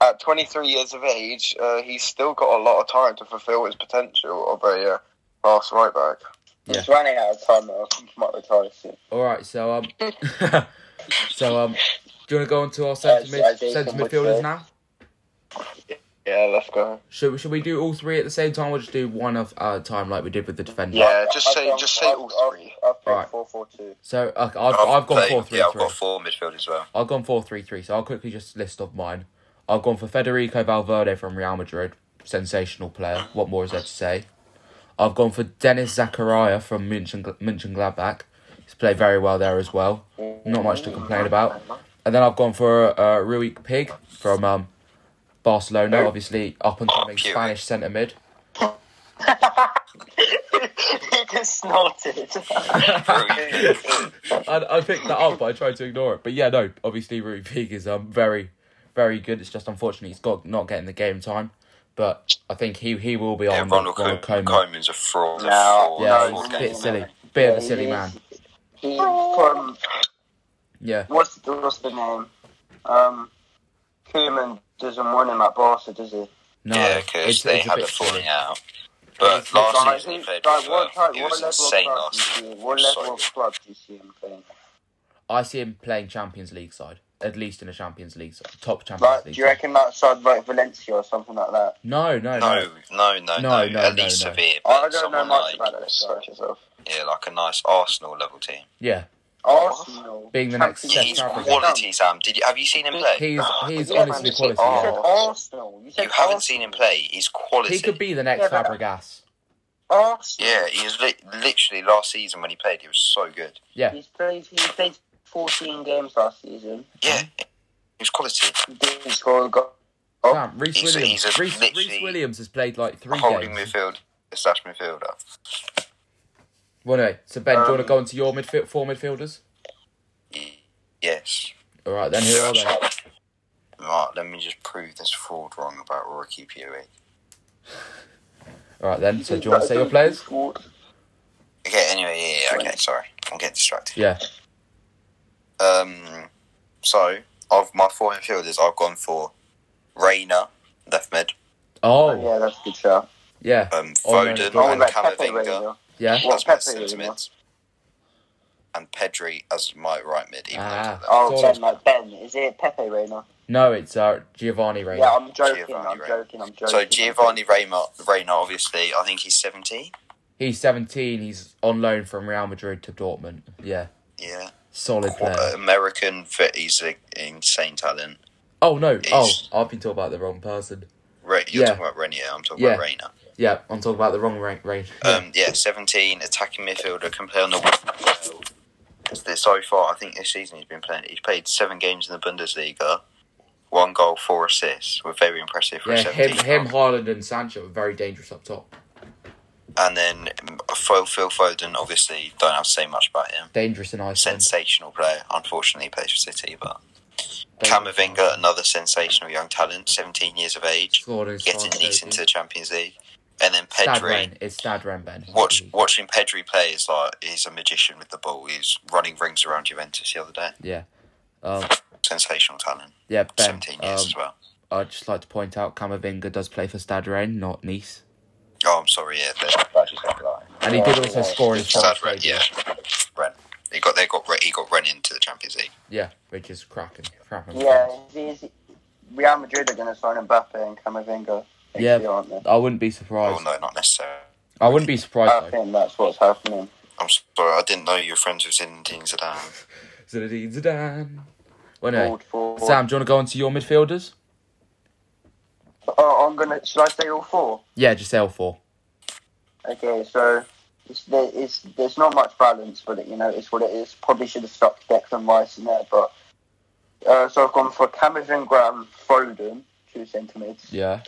[SPEAKER 4] at 23 years of age, uh, he's still got a lot of time to fulfil his potential of a uh, class right back.
[SPEAKER 1] Yeah.
[SPEAKER 3] He's running out of time now. I think he might retire soon.
[SPEAKER 1] All right. So
[SPEAKER 4] [laughs]
[SPEAKER 1] um, [laughs] so um, do you want to go on
[SPEAKER 4] Uh,
[SPEAKER 1] to our
[SPEAKER 3] As-
[SPEAKER 1] centre,
[SPEAKER 3] as
[SPEAKER 1] mid-
[SPEAKER 3] Jason
[SPEAKER 1] centre
[SPEAKER 3] would
[SPEAKER 1] midfielders
[SPEAKER 3] say.
[SPEAKER 1] now?
[SPEAKER 4] Yeah, let's go.
[SPEAKER 1] Should we, should we do all three at the same time, or just do one of at a time like we did with the defender?
[SPEAKER 4] Yeah, just
[SPEAKER 3] I've
[SPEAKER 4] say,
[SPEAKER 3] gone-
[SPEAKER 4] just say
[SPEAKER 3] I've-
[SPEAKER 4] all
[SPEAKER 3] I've-
[SPEAKER 4] three.
[SPEAKER 3] I've
[SPEAKER 1] Right.
[SPEAKER 3] played 4-4-2.
[SPEAKER 1] So okay, I've, I've gone
[SPEAKER 2] played-
[SPEAKER 1] four three
[SPEAKER 2] Yeah, I've
[SPEAKER 1] three.
[SPEAKER 2] got four midfield as well.
[SPEAKER 1] I've gone four three three. So I'll quickly just list off mine. I've gone for Federico Valverde from Real Madrid, sensational player. What more is there to say? I've gone for Dennis Zakaria from München München Gladbach. He's played very well there as well. Not much to complain about. And then I've gone for uh, Ruik Pig from um, Barcelona, obviously up and coming
[SPEAKER 2] Puig.
[SPEAKER 1] Spanish centre mid.
[SPEAKER 3] he just snorted.
[SPEAKER 1] I, I picked that up, but I tried to ignore it. But yeah, no, obviously Rui Peak is um very, very good. It's just unfortunately he's got not getting the game time, but I think he he will be
[SPEAKER 2] yeah,
[SPEAKER 1] on.
[SPEAKER 2] Ronald,
[SPEAKER 1] Ronald
[SPEAKER 2] Koeman.
[SPEAKER 1] Koeman.
[SPEAKER 2] Koeman's a fraud. He's a
[SPEAKER 3] No,
[SPEAKER 2] fraud.
[SPEAKER 1] Yeah,
[SPEAKER 3] no,
[SPEAKER 1] he's a
[SPEAKER 2] fraud game.
[SPEAKER 1] bit
[SPEAKER 3] no,
[SPEAKER 1] silly,
[SPEAKER 3] no.
[SPEAKER 1] bit of
[SPEAKER 3] Yeah,
[SPEAKER 1] a silly
[SPEAKER 3] he
[SPEAKER 1] man.
[SPEAKER 3] is- He's from
[SPEAKER 1] Yeah,
[SPEAKER 3] what's the, what's the name? Um, Koeman doesn't want him at Barca, does he?
[SPEAKER 1] no,
[SPEAKER 2] yeah, because
[SPEAKER 1] it's,
[SPEAKER 2] they
[SPEAKER 1] it's a
[SPEAKER 2] had
[SPEAKER 1] bit
[SPEAKER 2] a
[SPEAKER 1] silly.
[SPEAKER 2] falling out. But
[SPEAKER 1] It's-
[SPEAKER 3] Like, I
[SPEAKER 2] last season he
[SPEAKER 3] think-
[SPEAKER 2] played
[SPEAKER 3] like,
[SPEAKER 2] really
[SPEAKER 3] what
[SPEAKER 2] well.
[SPEAKER 3] type-
[SPEAKER 2] He
[SPEAKER 3] what
[SPEAKER 2] was
[SPEAKER 3] level of
[SPEAKER 2] insane
[SPEAKER 3] club
[SPEAKER 2] last
[SPEAKER 3] do you
[SPEAKER 2] season.
[SPEAKER 3] see- What
[SPEAKER 2] So
[SPEAKER 3] level of club do you see him playing?
[SPEAKER 1] I see him playing Champions League side, at least in a Champions League side, top Champions
[SPEAKER 3] Like, do
[SPEAKER 1] League.
[SPEAKER 3] you
[SPEAKER 1] side.
[SPEAKER 3] reckon that side like Valencia or something like that?
[SPEAKER 1] No, no, no,
[SPEAKER 2] No, no, no,
[SPEAKER 1] No,
[SPEAKER 2] no.
[SPEAKER 1] no,
[SPEAKER 2] At
[SPEAKER 1] no,
[SPEAKER 2] least
[SPEAKER 1] no.
[SPEAKER 2] severe.
[SPEAKER 3] I
[SPEAKER 2] But
[SPEAKER 3] don't know
[SPEAKER 2] someone
[SPEAKER 3] much
[SPEAKER 2] like,
[SPEAKER 3] about this.
[SPEAKER 4] Suck yourself.
[SPEAKER 2] yeah, like a nice Arsenal level team.
[SPEAKER 1] Yeah,
[SPEAKER 3] Arsenal
[SPEAKER 1] Being the next
[SPEAKER 3] Champions
[SPEAKER 1] Yes,
[SPEAKER 2] He's
[SPEAKER 1] step up.
[SPEAKER 3] League.
[SPEAKER 2] quality, Sam. Did you have you seen him play?
[SPEAKER 1] he's he's
[SPEAKER 4] yeah,
[SPEAKER 1] honestly
[SPEAKER 4] man,
[SPEAKER 1] quality.
[SPEAKER 3] You
[SPEAKER 4] oh.
[SPEAKER 3] said
[SPEAKER 1] yeah.
[SPEAKER 3] Arsenal. You, said
[SPEAKER 2] You haven't
[SPEAKER 3] Arsenal.
[SPEAKER 2] seen him play. He's quality.
[SPEAKER 1] He could be the next
[SPEAKER 3] Yeah, but-
[SPEAKER 1] Fabregas.
[SPEAKER 3] Arsenal.
[SPEAKER 2] Yeah, he was li- literally last season when he played. He was so good.
[SPEAKER 1] Yeah,
[SPEAKER 3] He's played. He played 14 games last season.
[SPEAKER 2] Yeah, he was quality.
[SPEAKER 3] He didn't score a goal. Oh.
[SPEAKER 1] Damn, Reece
[SPEAKER 2] He's a-
[SPEAKER 1] Williams.
[SPEAKER 2] he's a
[SPEAKER 1] Reece,
[SPEAKER 2] literally
[SPEAKER 1] Reece Williams has played like three
[SPEAKER 2] Holding
[SPEAKER 1] games.
[SPEAKER 2] midfield, slash midfielder.
[SPEAKER 1] Well, no. So Ben, do you want to
[SPEAKER 4] Um,
[SPEAKER 1] go into your midfield four midfielders?
[SPEAKER 2] Yes.
[SPEAKER 1] All right, then who are they?
[SPEAKER 2] Right, let me just prove this fraud wrong about Rocky Puig.
[SPEAKER 1] All right, then. So do you want to say your players?
[SPEAKER 2] Okay, anyway, yeah, yeah, okay, sorry. I'm getting distracted.
[SPEAKER 1] Yeah.
[SPEAKER 2] Um, so, of my four midfielders, I've gone for Rayner, left mid,
[SPEAKER 1] Oh,
[SPEAKER 3] Yeah, that's a good shout.
[SPEAKER 1] yeah,
[SPEAKER 2] um,
[SPEAKER 1] Oh, no,
[SPEAKER 2] Foden,
[SPEAKER 1] no,
[SPEAKER 3] Oh,
[SPEAKER 2] and
[SPEAKER 3] like Pepe
[SPEAKER 2] Camavinga
[SPEAKER 3] Reina.
[SPEAKER 1] yeah.
[SPEAKER 3] What,
[SPEAKER 2] as my
[SPEAKER 3] Pepe
[SPEAKER 2] centre
[SPEAKER 3] Reina?
[SPEAKER 2] mids, and Pedri as my right mid. Even
[SPEAKER 1] Ah.
[SPEAKER 2] though
[SPEAKER 3] Oh,
[SPEAKER 1] Solid.
[SPEAKER 3] Ben, like Ben, is it Pepe Reina?
[SPEAKER 1] No, it's uh, Giovanni Reina.
[SPEAKER 3] Yeah, I'm joking.
[SPEAKER 2] Giovanni
[SPEAKER 3] I'm
[SPEAKER 2] Reina.
[SPEAKER 3] joking. I'm joking.
[SPEAKER 2] so Giovanni Rayner, Rayner, obviously, I think he's 17.
[SPEAKER 1] He's 17. He's on loan from Real Madrid to Dortmund. Yeah,
[SPEAKER 2] Yeah, uh,
[SPEAKER 1] solid player.
[SPEAKER 2] American fit. He's an insane talent.
[SPEAKER 1] Oh no. Oh,
[SPEAKER 2] He's-
[SPEAKER 1] I've been talking about the wrong person.
[SPEAKER 2] Re- you're
[SPEAKER 1] Yeah.
[SPEAKER 2] talking about Renier, I'm talking
[SPEAKER 1] Yeah.
[SPEAKER 2] about Rayner.
[SPEAKER 1] Yeah, I'm talking about the wrong Reina.
[SPEAKER 2] Um, yeah, 17, attacking midfielder, can play on the wing. Well. So far, I think this season he's been playing. He's played seven games in the Bundesliga, one goal, four assists, were very impressive for a
[SPEAKER 1] yeah,
[SPEAKER 2] 17.
[SPEAKER 1] him, him,
[SPEAKER 2] -year-old.
[SPEAKER 1] Haaland, and Sancho are very dangerous up top.
[SPEAKER 2] And then um, Phil, Phil Foden, obviously, don't have to say much about him.
[SPEAKER 1] Dangerous in Iceland.
[SPEAKER 2] Sensational player, unfortunately, plays for City, but
[SPEAKER 1] Dangerous in
[SPEAKER 2] Camavinga, another sensational young talent, 17 years of age,
[SPEAKER 1] Scored in
[SPEAKER 2] getting
[SPEAKER 1] France,
[SPEAKER 2] leased into
[SPEAKER 1] baby.
[SPEAKER 2] the Champions League. And then Pedri.
[SPEAKER 1] Stadren. It's Stadren, Ben.
[SPEAKER 2] Watch, watching Pedri play is like he's a magician with the ball. He's running rings around Juventus the other day.
[SPEAKER 1] Yeah. Um,
[SPEAKER 2] Sensational talent.
[SPEAKER 1] yeah, Ben.
[SPEAKER 2] Seventeen years
[SPEAKER 1] Um,
[SPEAKER 2] as well.
[SPEAKER 1] I'd just like to point out Camavinga does play for Stade Rennes, not Nice.
[SPEAKER 2] Oh, I'm sorry. Yeah, that- that's just not right.
[SPEAKER 1] And he did also score in his
[SPEAKER 2] Sad
[SPEAKER 1] first
[SPEAKER 2] Red.
[SPEAKER 1] debut.
[SPEAKER 2] Yeah, Red. He got they got re- he got run into the Champions League.
[SPEAKER 1] Yeah, which is cracking. cracking
[SPEAKER 3] Yeah, he's, he's, Real Madrid are going to sign Mbappe and Camavinga. next
[SPEAKER 1] Yeah.
[SPEAKER 3] year, aren't they?
[SPEAKER 1] I wouldn't be
[SPEAKER 2] Oh
[SPEAKER 1] surprised.
[SPEAKER 2] no, not necessarily.
[SPEAKER 1] I wouldn't be
[SPEAKER 3] I
[SPEAKER 1] surprised though.
[SPEAKER 3] think that's what's happening.
[SPEAKER 2] I'm sorry, I didn't know you were friends with Zinedine Zidane.
[SPEAKER 1] Zinedine Zidane. Well, no.
[SPEAKER 3] Old four.
[SPEAKER 1] Sam, do you want to go on to your midfielders?
[SPEAKER 3] Oh, I'm gonna. Should I say all four?
[SPEAKER 1] Yeah, just L4.
[SPEAKER 3] Okay, so it's, there, it's, there's not much balance, but it, you know it's what it is. Probably should have stuck Declan Rice in there, but uh, so I've gone for Camavinga Graham Foden, two centimeters.
[SPEAKER 1] Yeah.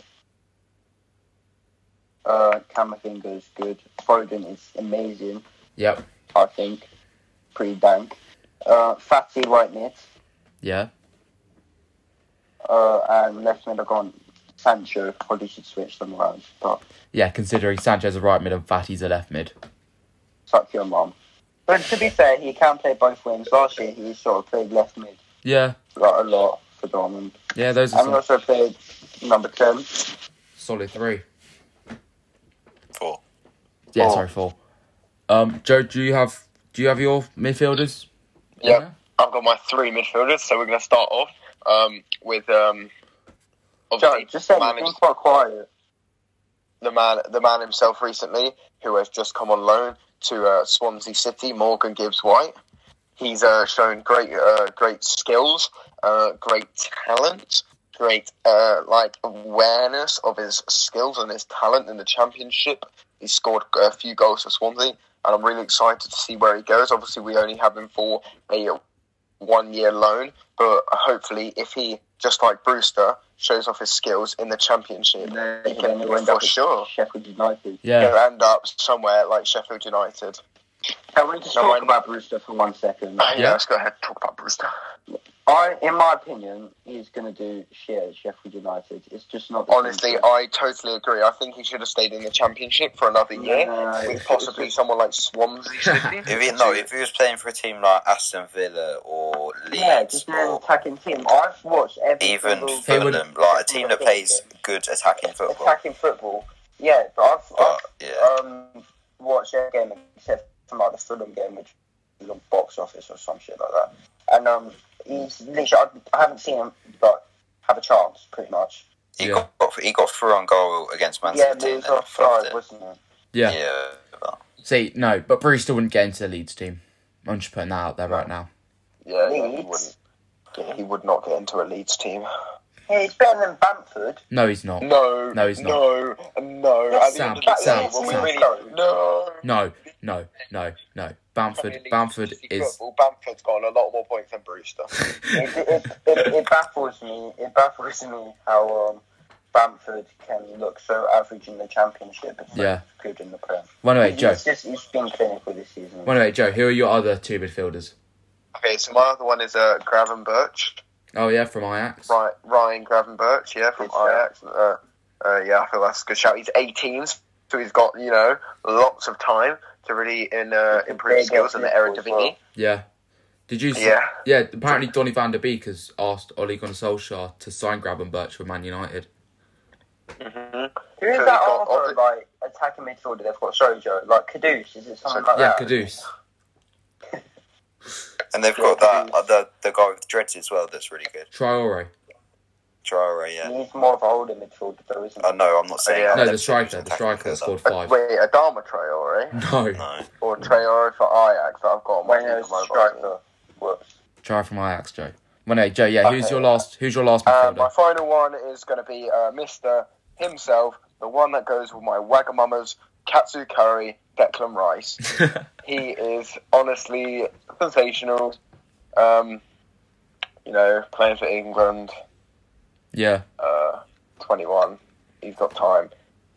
[SPEAKER 3] Uh, Camavinga is good. Foden is amazing.
[SPEAKER 1] Yep.
[SPEAKER 3] I think pretty dank. Uh, Fatty right mid,
[SPEAKER 1] Yeah.
[SPEAKER 3] uh, and left mid I've gone Sancho. Probably should switch them around, but
[SPEAKER 1] Yeah, considering Sanchez a right mid and Fatty's a left mid.
[SPEAKER 3] suck your mum. But to be fair, he can play both wings. Last year he sort of played left mid
[SPEAKER 1] Yeah.
[SPEAKER 3] like, a lot for Dortmund.
[SPEAKER 1] Yeah, those are
[SPEAKER 3] And we
[SPEAKER 1] some
[SPEAKER 3] also played number 10.
[SPEAKER 1] solid three.
[SPEAKER 2] Four.
[SPEAKER 1] Yeah,
[SPEAKER 3] Four.
[SPEAKER 1] sorry, four. Um, Joe, do you have do you have your midfielders?
[SPEAKER 4] Yep. I've got my three midfielders, so we're going to start off um, with um,
[SPEAKER 3] Joe,
[SPEAKER 4] obviously
[SPEAKER 3] just saying,
[SPEAKER 4] the
[SPEAKER 3] you've
[SPEAKER 4] man
[SPEAKER 3] been quite quiet.
[SPEAKER 4] the man the man himself recently, who has just come on loan to uh, Swansea City, Morgan Gibbs White. He's uh, shown great uh, great skills, uh, great talent, great uh, like awareness of his skills and his talent in the championship. He scored a few goals for Swansea, and I'm really excited to see where he goes. Obviously, we only have him for a one year loan, but hopefully, if he just like Brewster shows off his skills in the championship,
[SPEAKER 3] No,
[SPEAKER 4] he
[SPEAKER 3] he can
[SPEAKER 4] can
[SPEAKER 3] end up
[SPEAKER 4] for
[SPEAKER 3] at
[SPEAKER 4] sure
[SPEAKER 3] Sheffield United.
[SPEAKER 1] Yeah. Yeah.
[SPEAKER 4] he'll end up somewhere like Sheffield United.
[SPEAKER 3] Can we just
[SPEAKER 4] No,
[SPEAKER 3] talk
[SPEAKER 4] I-
[SPEAKER 3] about Brewster for one second?
[SPEAKER 4] Oh, Yeah,
[SPEAKER 1] Yeah.
[SPEAKER 4] let's go ahead and talk about Brewster.
[SPEAKER 3] I, in my opinion, he's going to do shit at Sheffield United. It's just not. the
[SPEAKER 4] Honestly,
[SPEAKER 3] same.
[SPEAKER 4] I totally agree. I think he should have stayed in the Championship for another year
[SPEAKER 3] No, it's-
[SPEAKER 4] with
[SPEAKER 3] it's
[SPEAKER 4] possibly
[SPEAKER 3] just-
[SPEAKER 4] someone like Swansea.
[SPEAKER 1] [laughs]
[SPEAKER 4] City.
[SPEAKER 2] If he, no, if he was playing for a team like Aston Villa or
[SPEAKER 3] Yeah,
[SPEAKER 2] Leeds
[SPEAKER 3] just an
[SPEAKER 2] or
[SPEAKER 3] attacking team. I've watched every
[SPEAKER 2] even
[SPEAKER 3] single
[SPEAKER 1] He would-
[SPEAKER 2] Fulham, like a team that plays good attacking football.
[SPEAKER 3] attacking football. Yeah, but I've,
[SPEAKER 2] But yeah,
[SPEAKER 3] I've um, watched every game except for like the Fulham game, which was on box office or some shit like that. And um, he's literally, I, I haven't seen him like have a chance, pretty much.
[SPEAKER 2] he
[SPEAKER 1] Yeah.
[SPEAKER 2] got he got through on goal against Man
[SPEAKER 3] yeah,
[SPEAKER 2] City.
[SPEAKER 3] he
[SPEAKER 2] and
[SPEAKER 3] was
[SPEAKER 2] then fluffed
[SPEAKER 3] offside,
[SPEAKER 2] it.
[SPEAKER 3] wasn't he?
[SPEAKER 1] Yeah.
[SPEAKER 2] yeah. but-
[SPEAKER 1] See, no, but Brewster wouldn't get into the Leeds team. I'm just putting that out there right now.
[SPEAKER 4] yeah, yeah, he
[SPEAKER 3] Leeds?
[SPEAKER 4] wouldn't. Yeah, he would not get into a Leeds team.
[SPEAKER 3] Yeah, he's better than Bamford.
[SPEAKER 1] No, he's not.
[SPEAKER 4] No,
[SPEAKER 1] No, he's not.
[SPEAKER 4] No, no. At the
[SPEAKER 1] Sam,
[SPEAKER 4] end of the
[SPEAKER 1] Sam,
[SPEAKER 4] day, when we
[SPEAKER 1] Sam.
[SPEAKER 4] really- no.
[SPEAKER 1] No, no, no, no. Bamford, Bamford is.
[SPEAKER 4] Football, Bamford's got a lot more points than Brewster.
[SPEAKER 3] It, it, it, it baffles me. It baffles me how um, Bamford can look so average in the championship, but so
[SPEAKER 1] Yeah.
[SPEAKER 3] good in the Prem.
[SPEAKER 1] Well, anyway,
[SPEAKER 3] he's
[SPEAKER 1] Joe.
[SPEAKER 3] just he's been clinical this season.
[SPEAKER 1] Well, anyway, Joe. Who are your other two midfielders?
[SPEAKER 4] okay, so my other one is uh, Graven Birch.
[SPEAKER 1] Oh yeah, from Ajax.
[SPEAKER 4] Right, Ryan Gravenberch, yeah, from
[SPEAKER 3] Good shout.
[SPEAKER 4] Ajax. Uh, uh, yeah, I feel that's a good shout. He's 18, so he's got you know lots of time to really in, uh, improve his
[SPEAKER 3] Big
[SPEAKER 4] skills in the
[SPEAKER 3] football as
[SPEAKER 4] Eredivisie.
[SPEAKER 1] Yeah. Did you? s-
[SPEAKER 4] Yeah.
[SPEAKER 1] Yeah. Apparently, Donny Van der Beek has asked Ole Gunnar Solskjaer to sign Graben Birch for Man United.
[SPEAKER 3] Who is
[SPEAKER 4] So
[SPEAKER 3] that
[SPEAKER 4] they've got
[SPEAKER 3] other
[SPEAKER 4] Ovid-
[SPEAKER 3] like attacking midfielder they've got? Sorry, Joe. Like Caduce, is it something like
[SPEAKER 1] Yeah,
[SPEAKER 4] Uh,
[SPEAKER 3] that?
[SPEAKER 1] Caduce.
[SPEAKER 2] And they've got that uh, the the guy with dreads as well. That's really good.
[SPEAKER 1] Traore.
[SPEAKER 2] Traore, yeah.
[SPEAKER 3] He's more of an older midfielder, though, isn't
[SPEAKER 2] Oh
[SPEAKER 3] he?
[SPEAKER 2] no, I'm not saying.
[SPEAKER 4] yeah.
[SPEAKER 2] that.
[SPEAKER 1] No,
[SPEAKER 2] Them
[SPEAKER 1] the
[SPEAKER 2] two
[SPEAKER 1] striker. The
[SPEAKER 2] attacking
[SPEAKER 1] striker that
[SPEAKER 2] players
[SPEAKER 1] scored
[SPEAKER 2] are-
[SPEAKER 1] five.
[SPEAKER 4] Uh, Wait, Adama Traore
[SPEAKER 1] No.
[SPEAKER 2] No,
[SPEAKER 4] or Traore for Ajax that I've got on my
[SPEAKER 3] When he was
[SPEAKER 4] mobile.
[SPEAKER 3] a striker. Whoops.
[SPEAKER 1] Traore from Ajax, Joe. Well, anyway, Joe. Yeah. Who's
[SPEAKER 4] Okay.
[SPEAKER 1] your last? Who's your last
[SPEAKER 4] Uh,
[SPEAKER 1] midfielder?
[SPEAKER 4] my final one is going to be uh, Mister himself, the one that goes with my Wagamama's Katsu Curry, Declan Rice. he is honestly sensational. Um, you know, playing for England.
[SPEAKER 1] [laughs] yeah.
[SPEAKER 4] uh, 21. He's got time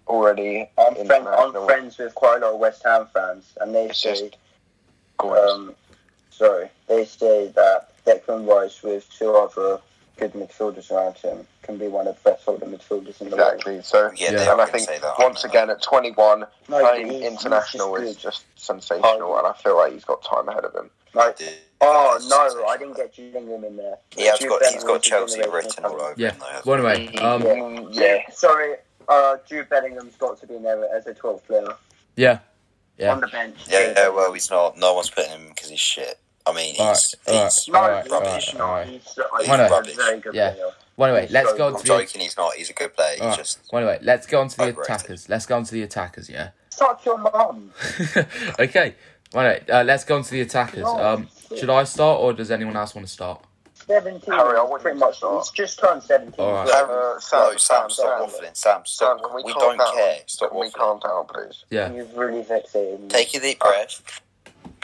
[SPEAKER 4] already.
[SPEAKER 3] I'm, friend, I'm
[SPEAKER 4] international.
[SPEAKER 3] friends with quite a lot of West Ham fans, and they
[SPEAKER 4] It's
[SPEAKER 3] say,
[SPEAKER 4] just gorgeous.
[SPEAKER 3] um, sorry, they say that Declan Rice with two other good midfielders around him can be one of the best older midfielders in the world.
[SPEAKER 4] exactly. So
[SPEAKER 2] Yeah,
[SPEAKER 4] yeah,
[SPEAKER 2] they are
[SPEAKER 4] and I
[SPEAKER 2] gonna
[SPEAKER 4] think
[SPEAKER 2] say that, aren't
[SPEAKER 4] once
[SPEAKER 2] they?
[SPEAKER 4] again at 21,
[SPEAKER 3] No,
[SPEAKER 4] playing
[SPEAKER 3] he's- he's
[SPEAKER 4] international
[SPEAKER 3] just
[SPEAKER 4] is
[SPEAKER 3] good.
[SPEAKER 4] just sensational, and I feel like he's got time ahead of him.
[SPEAKER 3] Like,
[SPEAKER 2] dude.
[SPEAKER 3] oh no, I didn't get Julingham in there.
[SPEAKER 2] He has
[SPEAKER 3] Jude
[SPEAKER 2] got he's got
[SPEAKER 3] Bellingham's a
[SPEAKER 2] Chelsea
[SPEAKER 3] generation
[SPEAKER 2] written all over
[SPEAKER 1] Yeah.
[SPEAKER 2] him though.
[SPEAKER 1] Well, anyway. Um.
[SPEAKER 4] Mm,
[SPEAKER 3] Yeah, sorry, uh, Jude Bellingham's got to be in there as a 12th player.
[SPEAKER 1] Yeah. Yeah.
[SPEAKER 3] on the bench.
[SPEAKER 2] Yeah, yeah, well, he's not. No one's putting him because he's shit. I mean,
[SPEAKER 1] All
[SPEAKER 2] he's.
[SPEAKER 1] right, all
[SPEAKER 2] he's
[SPEAKER 3] No,
[SPEAKER 1] Alright,
[SPEAKER 3] he's
[SPEAKER 1] alright,
[SPEAKER 3] not.
[SPEAKER 1] alright.
[SPEAKER 3] He's, uh, he's
[SPEAKER 1] Wanna-
[SPEAKER 3] a very good
[SPEAKER 1] Yeah.
[SPEAKER 3] player.
[SPEAKER 1] Well, anyway, let's go on
[SPEAKER 2] I'm
[SPEAKER 1] to the.
[SPEAKER 2] joking, he's not. He's a good player. He's
[SPEAKER 1] All right.
[SPEAKER 2] just.
[SPEAKER 1] Well, anyway, let's go on to the
[SPEAKER 2] Overrated.
[SPEAKER 1] attackers. Let's go on to the attackers. Yeah. [laughs]
[SPEAKER 3] Suck your mum.
[SPEAKER 1] okay. Well, anyway, uh, let's go on to the attackers. Um, should I start or does anyone else want to start?
[SPEAKER 3] 17.
[SPEAKER 4] Harry, I want
[SPEAKER 3] pretty
[SPEAKER 4] you to
[SPEAKER 3] much.
[SPEAKER 4] start.
[SPEAKER 3] He's just turned 17.
[SPEAKER 1] Alright.
[SPEAKER 4] Sam,
[SPEAKER 2] no,
[SPEAKER 4] uh,
[SPEAKER 2] Sam, stop
[SPEAKER 4] Sam, Sam, Sam.
[SPEAKER 2] waffling. Sam,
[SPEAKER 4] Sam,
[SPEAKER 2] stop.
[SPEAKER 4] can we,
[SPEAKER 2] we
[SPEAKER 4] calm
[SPEAKER 2] don't
[SPEAKER 4] down?
[SPEAKER 2] care. Stop
[SPEAKER 4] Can we
[SPEAKER 2] waffling.
[SPEAKER 4] calm down, please?
[SPEAKER 1] Yeah.
[SPEAKER 3] You've really vexated me.
[SPEAKER 2] Take a deep breath.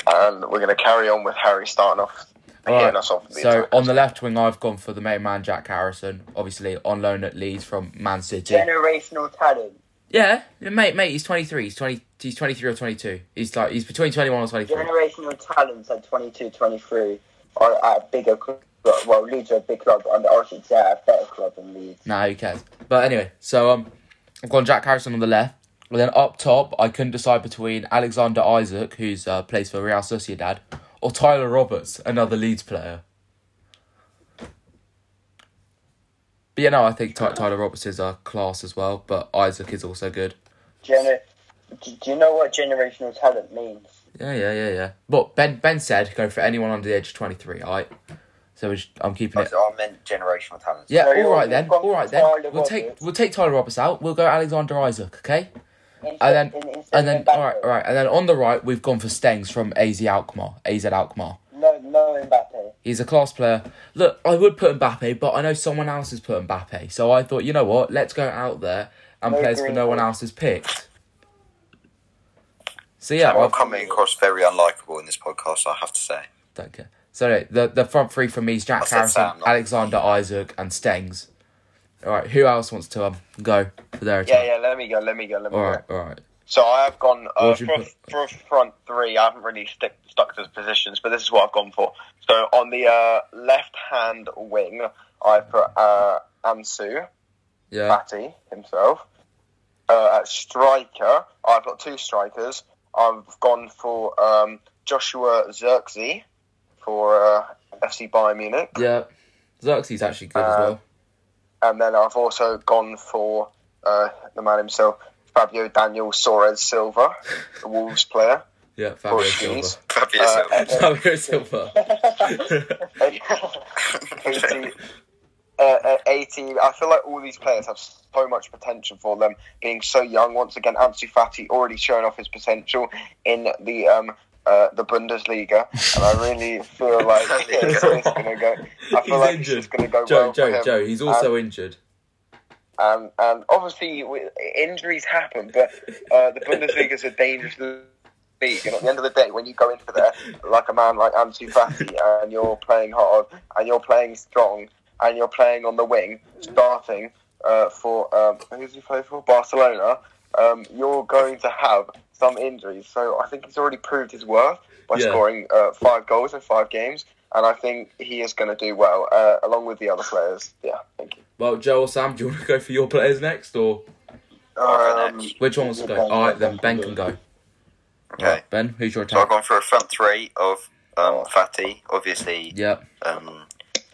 [SPEAKER 4] And we're going to carry on with Harry starting off.
[SPEAKER 1] All right.
[SPEAKER 4] hitting us off with the
[SPEAKER 1] So
[SPEAKER 4] attack.
[SPEAKER 1] on the left wing, I've gone for the main man, Jack Harrison. Obviously on loan at Leeds from Man City.
[SPEAKER 3] Generational talent.
[SPEAKER 1] Yeah, mate, mate, he's twenty three. He's twenty. He's twenty three or twenty two. He's like he's between twenty one and twenty three.
[SPEAKER 3] Generational talents at 22, 23 are at a bigger club. Well, Leeds are a big club, and I should say a better club than Leeds.
[SPEAKER 1] Nah, who cares? But anyway, so um, I've gone Jack Harrison on the left. And then up top, I couldn't decide between Alexander Isaac, who's uh, plays for Real Sociedad, or Tyler Roberts, another Leeds player. But yeah, no, I think Ty- Tyler Roberts is uh, class as well, but Isaac is also good.
[SPEAKER 3] Gener- do, do you know what generational talent means?
[SPEAKER 1] Yeah, yeah, yeah, yeah. But Ben Ben said go for anyone under the age of twenty three. All right, so we sh- I'm keeping it.
[SPEAKER 2] I meant generational talent.
[SPEAKER 1] Yeah,
[SPEAKER 3] Sorry,
[SPEAKER 1] all right
[SPEAKER 3] you've
[SPEAKER 1] then.
[SPEAKER 3] gone
[SPEAKER 1] All right
[SPEAKER 3] for
[SPEAKER 1] then.
[SPEAKER 3] Tyler
[SPEAKER 1] We'll take
[SPEAKER 3] Roberts.
[SPEAKER 1] we'll take Tyler Roberts out. We'll go Alexander Isaac. Okay.
[SPEAKER 3] Instead-
[SPEAKER 1] And then
[SPEAKER 3] in- instead
[SPEAKER 1] and
[SPEAKER 3] of
[SPEAKER 1] then
[SPEAKER 3] Mbappe.
[SPEAKER 1] all right, all right. And then on the right, we've gone for Stengs from AZ Alkmaar. AZ Alkmaar.
[SPEAKER 3] No, no Mbappe.
[SPEAKER 1] He's a class player. Look, I would put Mbappe, but I know someone else has put Mbappe. So I thought, you know what? Let's go out there and
[SPEAKER 3] No
[SPEAKER 1] players for no one
[SPEAKER 3] Greenwood.
[SPEAKER 1] else has picked. So yeah,
[SPEAKER 2] I'm
[SPEAKER 1] I've,
[SPEAKER 2] coming across very unlikable in this podcast, I have to say. [laughs]
[SPEAKER 1] don't care. So anyway, the the front three for me is Jack
[SPEAKER 2] I said
[SPEAKER 1] Harrison,
[SPEAKER 2] Sam, not-
[SPEAKER 1] Alexander Isaac, and Stengs. All right, who else wants to um, go for their attack?
[SPEAKER 4] Yeah, yeah, let me go, let me go, let me
[SPEAKER 1] All
[SPEAKER 4] go.
[SPEAKER 1] right, all right.
[SPEAKER 4] So I have gone uh,
[SPEAKER 1] What
[SPEAKER 4] for,
[SPEAKER 1] you put?
[SPEAKER 4] for front three. I haven't really stick, stuck to the positions, but this is what I've gone for. So on the uh, left-hand wing, I put uh, Ansu
[SPEAKER 1] Yeah.
[SPEAKER 4] Batty himself. Uh, at striker, I've got two strikers. I've gone for um, Joshua Xerxes for uh, FC Bayern Munich,
[SPEAKER 1] Yeah. Xerxes actually good as
[SPEAKER 4] Uh,
[SPEAKER 1] well.
[SPEAKER 4] and then I've also gone for uh, the man himself, Fabio Daniel Soares Silva, the Wolves player.
[SPEAKER 1] Yeah, Fabio Silva.
[SPEAKER 4] Portuguese.
[SPEAKER 2] Fabio
[SPEAKER 4] Uh,
[SPEAKER 2] Silva.
[SPEAKER 1] Fabio
[SPEAKER 4] [laughs]
[SPEAKER 1] Silva.
[SPEAKER 4] 18,
[SPEAKER 2] [laughs]
[SPEAKER 4] uh, uh, 18. I feel like all these players have so much potential for them, being so young. Once again, Ansu Fati already showing off his potential in the um, uh, the Bundesliga, and I
[SPEAKER 1] [laughs]
[SPEAKER 4] really feel like it's, it's gonna go. I feel
[SPEAKER 1] He's
[SPEAKER 4] like
[SPEAKER 1] injured.
[SPEAKER 4] it's gonna go
[SPEAKER 1] Joe,
[SPEAKER 4] well
[SPEAKER 1] Joe,
[SPEAKER 4] for him.
[SPEAKER 1] Joe, he's also injured.
[SPEAKER 4] Um, and obviously, wi- injuries happen, but uh, the Bundesliga is a dangerous league. And at the end of the day, when you go into there like a man like Ansu Fati, and you're playing hard, and you're playing strong, and you're playing on the wing, starting uh, for um, who's he play for? Barcelona. Um, you're going to have some injuries, so I think he's already proved his worth by
[SPEAKER 1] Yeah.
[SPEAKER 4] scoring uh, five goals in five games, and I think he is going to do well uh, along with the other players. Yeah, thank you.
[SPEAKER 1] Well, Joe or Sam, do you want to go for your players next, or
[SPEAKER 2] I'll go
[SPEAKER 3] Um,
[SPEAKER 2] next.
[SPEAKER 1] which one wants to go? All right, then Ben can go.
[SPEAKER 2] Okay.
[SPEAKER 1] All right, Ben, who's your
[SPEAKER 2] So I've
[SPEAKER 1] attack?
[SPEAKER 2] gone for a front three of um, Fatty. Obviously,
[SPEAKER 1] Yeah,
[SPEAKER 2] um,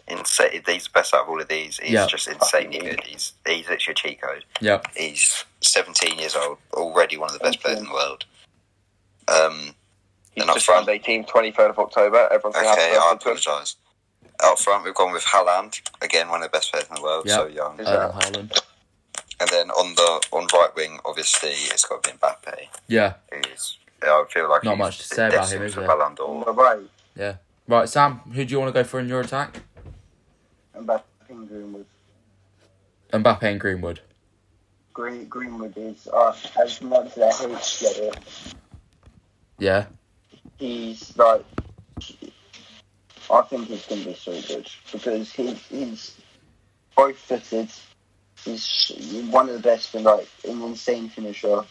[SPEAKER 2] insane. He's the best out of all of these. He's
[SPEAKER 1] Yeah.
[SPEAKER 2] just insanely good. He's he's literally a cheat code.
[SPEAKER 1] yeah,
[SPEAKER 2] He's 17 years old, already one of the best players in the world. Um,
[SPEAKER 4] He's
[SPEAKER 2] And up
[SPEAKER 4] just
[SPEAKER 2] front.
[SPEAKER 4] found 18, 23rd of October. Everyone's
[SPEAKER 2] okay,
[SPEAKER 4] going to
[SPEAKER 2] I
[SPEAKER 4] have to listen to him.
[SPEAKER 2] apologise. Out front, we've gone with Haaland, again one of the best players in the world,
[SPEAKER 1] Yeah.
[SPEAKER 2] so young.
[SPEAKER 4] Is
[SPEAKER 1] Erling Haaland.
[SPEAKER 2] And then on the on right wing, obviously, it's got to be Mbappe.
[SPEAKER 1] Yeah,
[SPEAKER 2] Who's, I feel like
[SPEAKER 1] Not
[SPEAKER 2] he's
[SPEAKER 1] much to say about him,
[SPEAKER 2] destined
[SPEAKER 1] is
[SPEAKER 2] for
[SPEAKER 1] there?
[SPEAKER 2] Ballon d'Or.
[SPEAKER 3] all right.
[SPEAKER 1] yeah. Right, Sam, who do you want to go for in your attack?
[SPEAKER 3] Mbappe and Greenwood.
[SPEAKER 1] Mbappe and Greenwood.
[SPEAKER 3] Green, Greenwood is, uh, as much as I hate Shredder,
[SPEAKER 1] Yeah,
[SPEAKER 3] he's like, I think he's going to be so good because he's, he's both footed. He's one of the best, but like an insane finisher.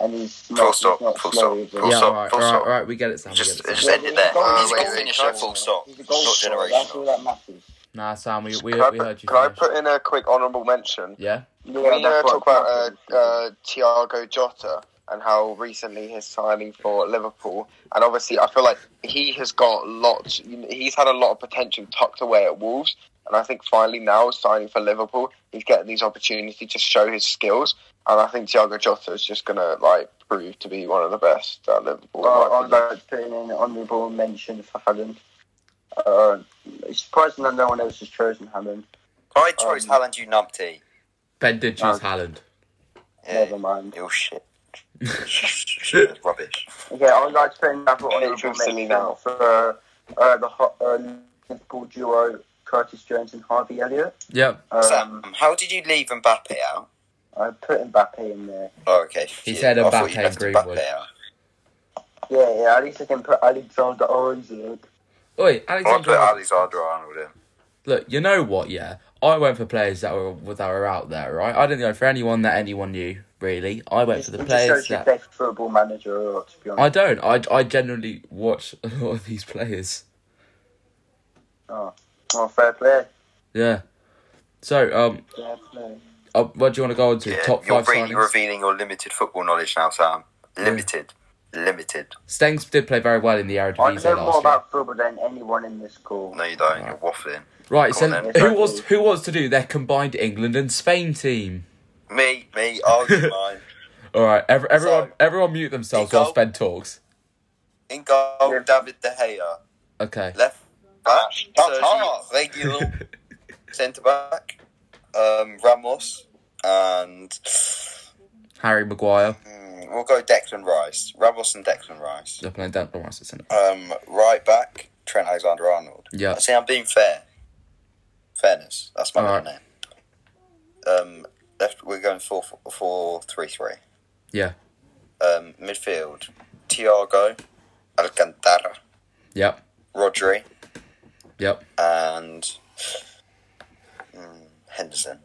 [SPEAKER 3] And he's not,
[SPEAKER 2] Full stop,
[SPEAKER 3] he's not
[SPEAKER 2] full
[SPEAKER 3] slow
[SPEAKER 2] stop,
[SPEAKER 3] either.
[SPEAKER 2] full
[SPEAKER 1] yeah.
[SPEAKER 2] stop,
[SPEAKER 1] All right, all
[SPEAKER 2] full
[SPEAKER 1] right,
[SPEAKER 2] stop.
[SPEAKER 1] all right. We get it, Sam. we
[SPEAKER 2] Just,
[SPEAKER 1] get it,
[SPEAKER 2] just
[SPEAKER 1] Sam.
[SPEAKER 3] said-
[SPEAKER 2] end it there.
[SPEAKER 3] He's a goal-
[SPEAKER 2] he's a goal
[SPEAKER 3] wait,
[SPEAKER 2] finisher, full stop.
[SPEAKER 3] He's a goal
[SPEAKER 2] Not
[SPEAKER 3] scorer, That's all
[SPEAKER 2] generational.
[SPEAKER 3] that matters.
[SPEAKER 1] Nah, Sam, we we,
[SPEAKER 4] Can I
[SPEAKER 1] we
[SPEAKER 4] put-
[SPEAKER 1] heard you.
[SPEAKER 4] Can I
[SPEAKER 1] finish.
[SPEAKER 4] put in a quick honourable mention?
[SPEAKER 1] Yeah,
[SPEAKER 3] Yeah,
[SPEAKER 4] Can we uh,
[SPEAKER 3] that's what
[SPEAKER 4] talk about uh,
[SPEAKER 3] matters.
[SPEAKER 4] uh, Thiago Jota? and how recently he's signing for Liverpool. And obviously, I feel like he has got lots. He's had a lot of potential tucked away at Wolves, and I think finally now signing for Liverpool, he's getting these opportunities to show his skills. And I think Thiago Jota is just gonna like prove to be one of the best at Liverpool.
[SPEAKER 3] Well,
[SPEAKER 4] Like,
[SPEAKER 3] I'd like to put in an honourable mention for Haaland. Uh, it's surprising that no one else has chosen Haaland.
[SPEAKER 2] I chose
[SPEAKER 3] Um,
[SPEAKER 2] Haaland, you numpty.
[SPEAKER 1] Ben did choose
[SPEAKER 3] Oh.
[SPEAKER 1] Haaland.
[SPEAKER 2] Yeah,
[SPEAKER 3] Never mind.
[SPEAKER 1] [laughs]
[SPEAKER 2] you shit. Shit, Rubbish.
[SPEAKER 3] Okay, I'd like to put in another
[SPEAKER 4] Okay,
[SPEAKER 3] honourable
[SPEAKER 4] interestingly
[SPEAKER 3] mention
[SPEAKER 4] now.
[SPEAKER 3] for uh, uh, the hot, uh, Liverpool duo Curtis Jones and Harvey Elliott.
[SPEAKER 1] Yep.
[SPEAKER 3] Um,
[SPEAKER 2] Sam, how did you leave Mbappe out?
[SPEAKER 3] I put Mbappe in there.
[SPEAKER 2] Oh, okay.
[SPEAKER 1] He
[SPEAKER 2] shit,
[SPEAKER 1] said
[SPEAKER 2] I thought you
[SPEAKER 1] Mbappe
[SPEAKER 2] left
[SPEAKER 1] and Greenwood.
[SPEAKER 2] out.
[SPEAKER 3] Yeah, yeah. At least I can put Alexander Arnold.
[SPEAKER 1] Oi,
[SPEAKER 2] I put
[SPEAKER 1] Alexander.
[SPEAKER 2] Alexander Arnold in.
[SPEAKER 1] Look, you know what? Yeah, I went for players that were that were out there, right? I didn't go for anyone that anyone knew, really. I went for the
[SPEAKER 3] It
[SPEAKER 1] players
[SPEAKER 3] just shows you
[SPEAKER 1] that
[SPEAKER 3] best football manager, or, to be
[SPEAKER 1] I
[SPEAKER 3] honest.
[SPEAKER 1] don't. I I generally watch [laughs] a lot of these players.
[SPEAKER 3] Oh, fair play.
[SPEAKER 1] Yeah. So um,
[SPEAKER 3] Fair play.
[SPEAKER 1] uh, what do you want to go into?
[SPEAKER 2] Yeah,
[SPEAKER 1] Top
[SPEAKER 2] you're
[SPEAKER 1] five
[SPEAKER 2] really
[SPEAKER 1] signings.
[SPEAKER 2] revealing your limited football knowledge now, Sam. Limited. Limited.
[SPEAKER 1] Stengs did play very well in the
[SPEAKER 3] I
[SPEAKER 1] Eredivisie last
[SPEAKER 3] know more
[SPEAKER 1] year.
[SPEAKER 3] about football than anyone in this call.
[SPEAKER 2] No, you don't. You're waffling.
[SPEAKER 1] Right,
[SPEAKER 2] Go
[SPEAKER 1] so
[SPEAKER 2] on then.
[SPEAKER 1] who was who was to do their combined England and Spain team?
[SPEAKER 2] Me, me, I'll [laughs] do mine.
[SPEAKER 1] All right, ev- everyone
[SPEAKER 2] So-
[SPEAKER 1] everyone mute themselves while
[SPEAKER 2] Nico?
[SPEAKER 1] Ben talks.
[SPEAKER 2] In goal,
[SPEAKER 3] Yeah.
[SPEAKER 2] David De Gea.
[SPEAKER 1] Okay.
[SPEAKER 2] Left back,
[SPEAKER 4] that's
[SPEAKER 2] Sergio
[SPEAKER 4] hard.
[SPEAKER 2] Reguilon.
[SPEAKER 1] [laughs]
[SPEAKER 2] centre back, um, Ramos, and
[SPEAKER 1] Harry Maguire.
[SPEAKER 2] mm, we'll go Declan Rice. Ramos and Declan Rice.
[SPEAKER 1] They're playing down the right centre.
[SPEAKER 2] Um, right back, Trent Alexander Arnold.
[SPEAKER 1] Yeah.
[SPEAKER 2] See, I'm being fair. Fairness. That's my
[SPEAKER 1] Alright.
[SPEAKER 2] middle name. Um, left. We're going four, four, three, three.
[SPEAKER 1] Yeah.
[SPEAKER 2] Um, midfield, Tiago, Alcantara,
[SPEAKER 1] Yep.
[SPEAKER 2] Rodri,
[SPEAKER 1] Yep.
[SPEAKER 2] and mm, Henderson.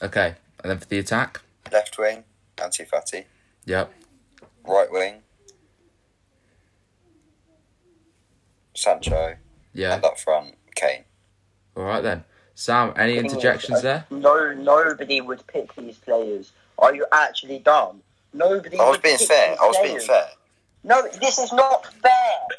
[SPEAKER 1] Okay. And then for the attack.
[SPEAKER 2] Left wing, Antifati.
[SPEAKER 1] Yep.
[SPEAKER 2] Right wing, Sancho,
[SPEAKER 1] Yeah.
[SPEAKER 2] and up front, Kane.
[SPEAKER 1] All right then. Sam, any interjections there?
[SPEAKER 3] No, nobody would pick these players. Are you actually dumb? Nobody.
[SPEAKER 2] I was
[SPEAKER 3] would
[SPEAKER 2] being
[SPEAKER 3] pick
[SPEAKER 2] fair.
[SPEAKER 3] these
[SPEAKER 2] I was being
[SPEAKER 3] players.
[SPEAKER 2] fair.
[SPEAKER 3] No, this is not fair.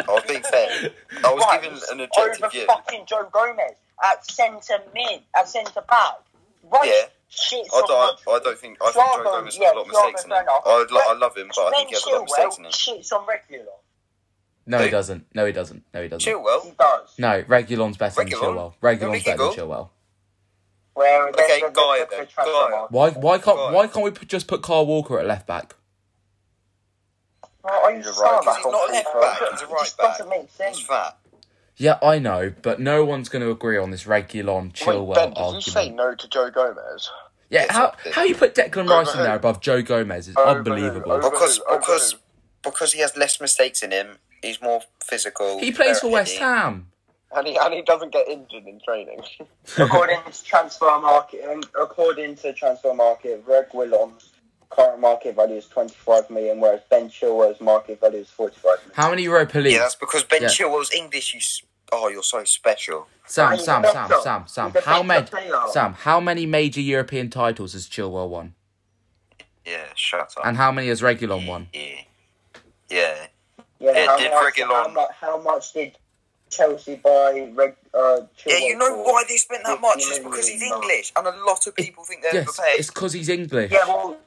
[SPEAKER 2] I was being fair. I was
[SPEAKER 3] Right,
[SPEAKER 2] given an objective
[SPEAKER 3] over
[SPEAKER 2] view.
[SPEAKER 3] fucking Joe Gomez at centre mid, at centre back. Right?
[SPEAKER 2] Yeah.
[SPEAKER 3] Shit.
[SPEAKER 2] I don't, I don't think I think Joe
[SPEAKER 3] Thiago,
[SPEAKER 2] Gomez
[SPEAKER 3] yeah,
[SPEAKER 2] has got a lot of mistakes
[SPEAKER 3] Thiago,
[SPEAKER 2] in
[SPEAKER 3] fair
[SPEAKER 2] him.
[SPEAKER 3] enough.
[SPEAKER 2] I, lo- I
[SPEAKER 3] But
[SPEAKER 2] love him, but I
[SPEAKER 3] ben
[SPEAKER 2] think he has a lot of mistakes in him.
[SPEAKER 3] Chilwell shits on regular.
[SPEAKER 1] No,
[SPEAKER 2] Who?
[SPEAKER 1] he doesn't. No, he doesn't. No, he doesn't.
[SPEAKER 3] He
[SPEAKER 2] Chilwell?
[SPEAKER 3] does.
[SPEAKER 1] No, Regulon's better than
[SPEAKER 2] Reguilon?
[SPEAKER 1] Chilwell. Regulon's
[SPEAKER 2] Nobody
[SPEAKER 1] better than
[SPEAKER 2] giggle?
[SPEAKER 1] Chilwell.
[SPEAKER 3] Where
[SPEAKER 2] Okay, Guy then, Guy.
[SPEAKER 1] Why? Why can't?
[SPEAKER 2] Right.
[SPEAKER 1] Why can't we put, just put Carl Walker at left back?
[SPEAKER 3] Well, are you
[SPEAKER 2] He's a
[SPEAKER 3] star
[SPEAKER 2] right- 'cause
[SPEAKER 3] back
[SPEAKER 2] he's not a
[SPEAKER 3] or
[SPEAKER 2] left
[SPEAKER 3] something?
[SPEAKER 2] back, he's a
[SPEAKER 3] It just
[SPEAKER 2] right back.
[SPEAKER 3] doesn't make sense.
[SPEAKER 2] He's fat.
[SPEAKER 1] Yeah, I know, but no one's going to agree on this Regulon Chilwell
[SPEAKER 4] Wait, ben, did
[SPEAKER 1] uh, argument.
[SPEAKER 4] you say no to Joe Gomez?
[SPEAKER 1] yeah,
[SPEAKER 2] Yes,
[SPEAKER 1] how
[SPEAKER 2] I did.
[SPEAKER 1] how you put Declan Rice in
[SPEAKER 4] who?
[SPEAKER 1] there above Joe Gomez is
[SPEAKER 4] Over who?
[SPEAKER 1] unbelievable.
[SPEAKER 4] Over-
[SPEAKER 2] Because
[SPEAKER 4] who? Over
[SPEAKER 2] because
[SPEAKER 4] who?
[SPEAKER 2] because he has less mistakes in him, he's more physical.
[SPEAKER 1] He plays for
[SPEAKER 2] better
[SPEAKER 1] West
[SPEAKER 2] heading.
[SPEAKER 1] Ham.
[SPEAKER 4] And he, and he doesn't get injured in training.
[SPEAKER 3] according to transfer market, um, according to transfer market, Greg Willon's current market value is twenty five million, whereas Ben Chilwell's market value is forty five million.
[SPEAKER 1] How many Europa League?
[SPEAKER 2] Yeah, that's because Ben
[SPEAKER 1] Yeah.
[SPEAKER 2] Chilwell's English. You s- oh, you're so special.
[SPEAKER 1] Sam,
[SPEAKER 3] He's a
[SPEAKER 1] Sam, Sam,
[SPEAKER 3] doctor.
[SPEAKER 1] Sam, Sam.
[SPEAKER 3] He's a
[SPEAKER 1] How many?
[SPEAKER 3] doctor player.
[SPEAKER 1] Sam, how many major European titles has Chilwell won,
[SPEAKER 2] Yeah, shut up.
[SPEAKER 1] and how many has Regulon won?
[SPEAKER 2] Yeah, yeah.
[SPEAKER 3] Yeah,
[SPEAKER 2] Yeah,
[SPEAKER 3] how,
[SPEAKER 2] did
[SPEAKER 3] much,
[SPEAKER 2] Greg
[SPEAKER 3] how,
[SPEAKER 2] Willon-
[SPEAKER 3] much, how much did Chelsea buy Reg, uh, Chilwell?
[SPEAKER 2] Yeah, you know
[SPEAKER 3] for?
[SPEAKER 2] why they spent that much? It's
[SPEAKER 3] Mm,
[SPEAKER 2] because he's
[SPEAKER 3] no.
[SPEAKER 2] English, and a lot of people think they're
[SPEAKER 1] Yes,
[SPEAKER 2] overpaid.
[SPEAKER 1] it's because he's English.
[SPEAKER 3] Yeah, well,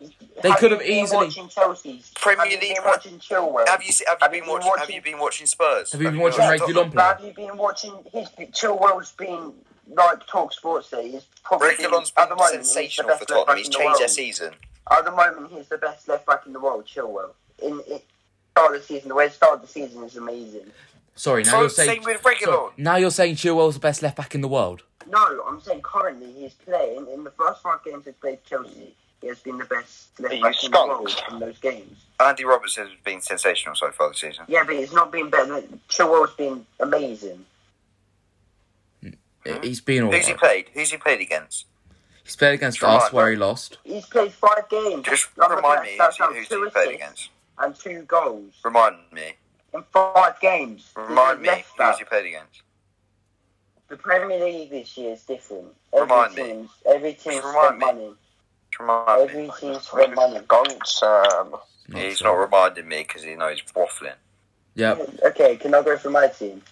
[SPEAKER 1] They
[SPEAKER 3] have
[SPEAKER 1] could
[SPEAKER 3] you
[SPEAKER 1] have
[SPEAKER 3] been
[SPEAKER 1] easily-
[SPEAKER 3] watching Chelsea's
[SPEAKER 2] Premier
[SPEAKER 3] Have you
[SPEAKER 2] League
[SPEAKER 3] been
[SPEAKER 2] one-
[SPEAKER 3] watching Chilwell.
[SPEAKER 2] Have you se- have you
[SPEAKER 3] Have
[SPEAKER 2] been
[SPEAKER 3] you
[SPEAKER 2] watching Have
[SPEAKER 3] watching-
[SPEAKER 2] you been watching Spurs?
[SPEAKER 1] Have you been watching
[SPEAKER 2] watched
[SPEAKER 1] Regulon
[SPEAKER 2] Tottenham?
[SPEAKER 1] play?
[SPEAKER 3] Have you been watching his Chilwell's been like Talk Sports there? He's probably
[SPEAKER 2] Regulon's
[SPEAKER 3] at the
[SPEAKER 2] been
[SPEAKER 3] moment, he's the
[SPEAKER 2] sensational
[SPEAKER 3] best
[SPEAKER 2] for Tottenham.
[SPEAKER 3] left back
[SPEAKER 2] He's
[SPEAKER 3] in the
[SPEAKER 2] changed their
[SPEAKER 3] world.
[SPEAKER 2] season.
[SPEAKER 3] At the moment, he's the best left back in the world. Chilwell in, in start of the season, the way he started the season is amazing.
[SPEAKER 1] Sorry, now
[SPEAKER 2] So,
[SPEAKER 1] you're saying
[SPEAKER 2] [laughs] same with Regulon.
[SPEAKER 1] now you're saying Chilwell's the best left back in the world.
[SPEAKER 3] No, I'm saying currently he's playing in the first five games he's played for Chelsea. He has been the best left
[SPEAKER 4] you
[SPEAKER 3] back in the
[SPEAKER 4] skunk.
[SPEAKER 3] world in those games.
[SPEAKER 2] Andy Robertson has been sensational so far this season.
[SPEAKER 3] Yeah, but he's not been better. than- Chilwell's been amazing.
[SPEAKER 1] I- He's been
[SPEAKER 2] Who's he
[SPEAKER 1] alright.
[SPEAKER 2] played? Who's he played against?
[SPEAKER 1] He's played against
[SPEAKER 2] Come
[SPEAKER 1] us
[SPEAKER 2] on,
[SPEAKER 1] where he lost.
[SPEAKER 3] He's played five games.
[SPEAKER 2] Just
[SPEAKER 3] I'm looking
[SPEAKER 2] remind
[SPEAKER 3] at
[SPEAKER 2] me
[SPEAKER 3] stats
[SPEAKER 2] who's
[SPEAKER 3] now,
[SPEAKER 2] he, who's
[SPEAKER 3] two
[SPEAKER 2] he played
[SPEAKER 3] assists
[SPEAKER 2] against.
[SPEAKER 3] And two goals
[SPEAKER 2] Remind me.
[SPEAKER 3] in five games. He's
[SPEAKER 2] Remind
[SPEAKER 3] a
[SPEAKER 2] me
[SPEAKER 3] left
[SPEAKER 2] who's
[SPEAKER 3] back.
[SPEAKER 2] he played against.
[SPEAKER 3] The Premier League this year is different. Every
[SPEAKER 2] Remind me.
[SPEAKER 3] team's, Every team
[SPEAKER 2] Just
[SPEAKER 3] spent
[SPEAKER 2] remind me.
[SPEAKER 3] money.
[SPEAKER 2] Just Remind
[SPEAKER 3] Every
[SPEAKER 2] me.
[SPEAKER 3] team spent money.
[SPEAKER 4] Gone, Sam.
[SPEAKER 2] He's
[SPEAKER 1] sure.
[SPEAKER 2] not reminding me because he knows waffling.
[SPEAKER 1] Yeah,
[SPEAKER 3] Okay, can I go for my team?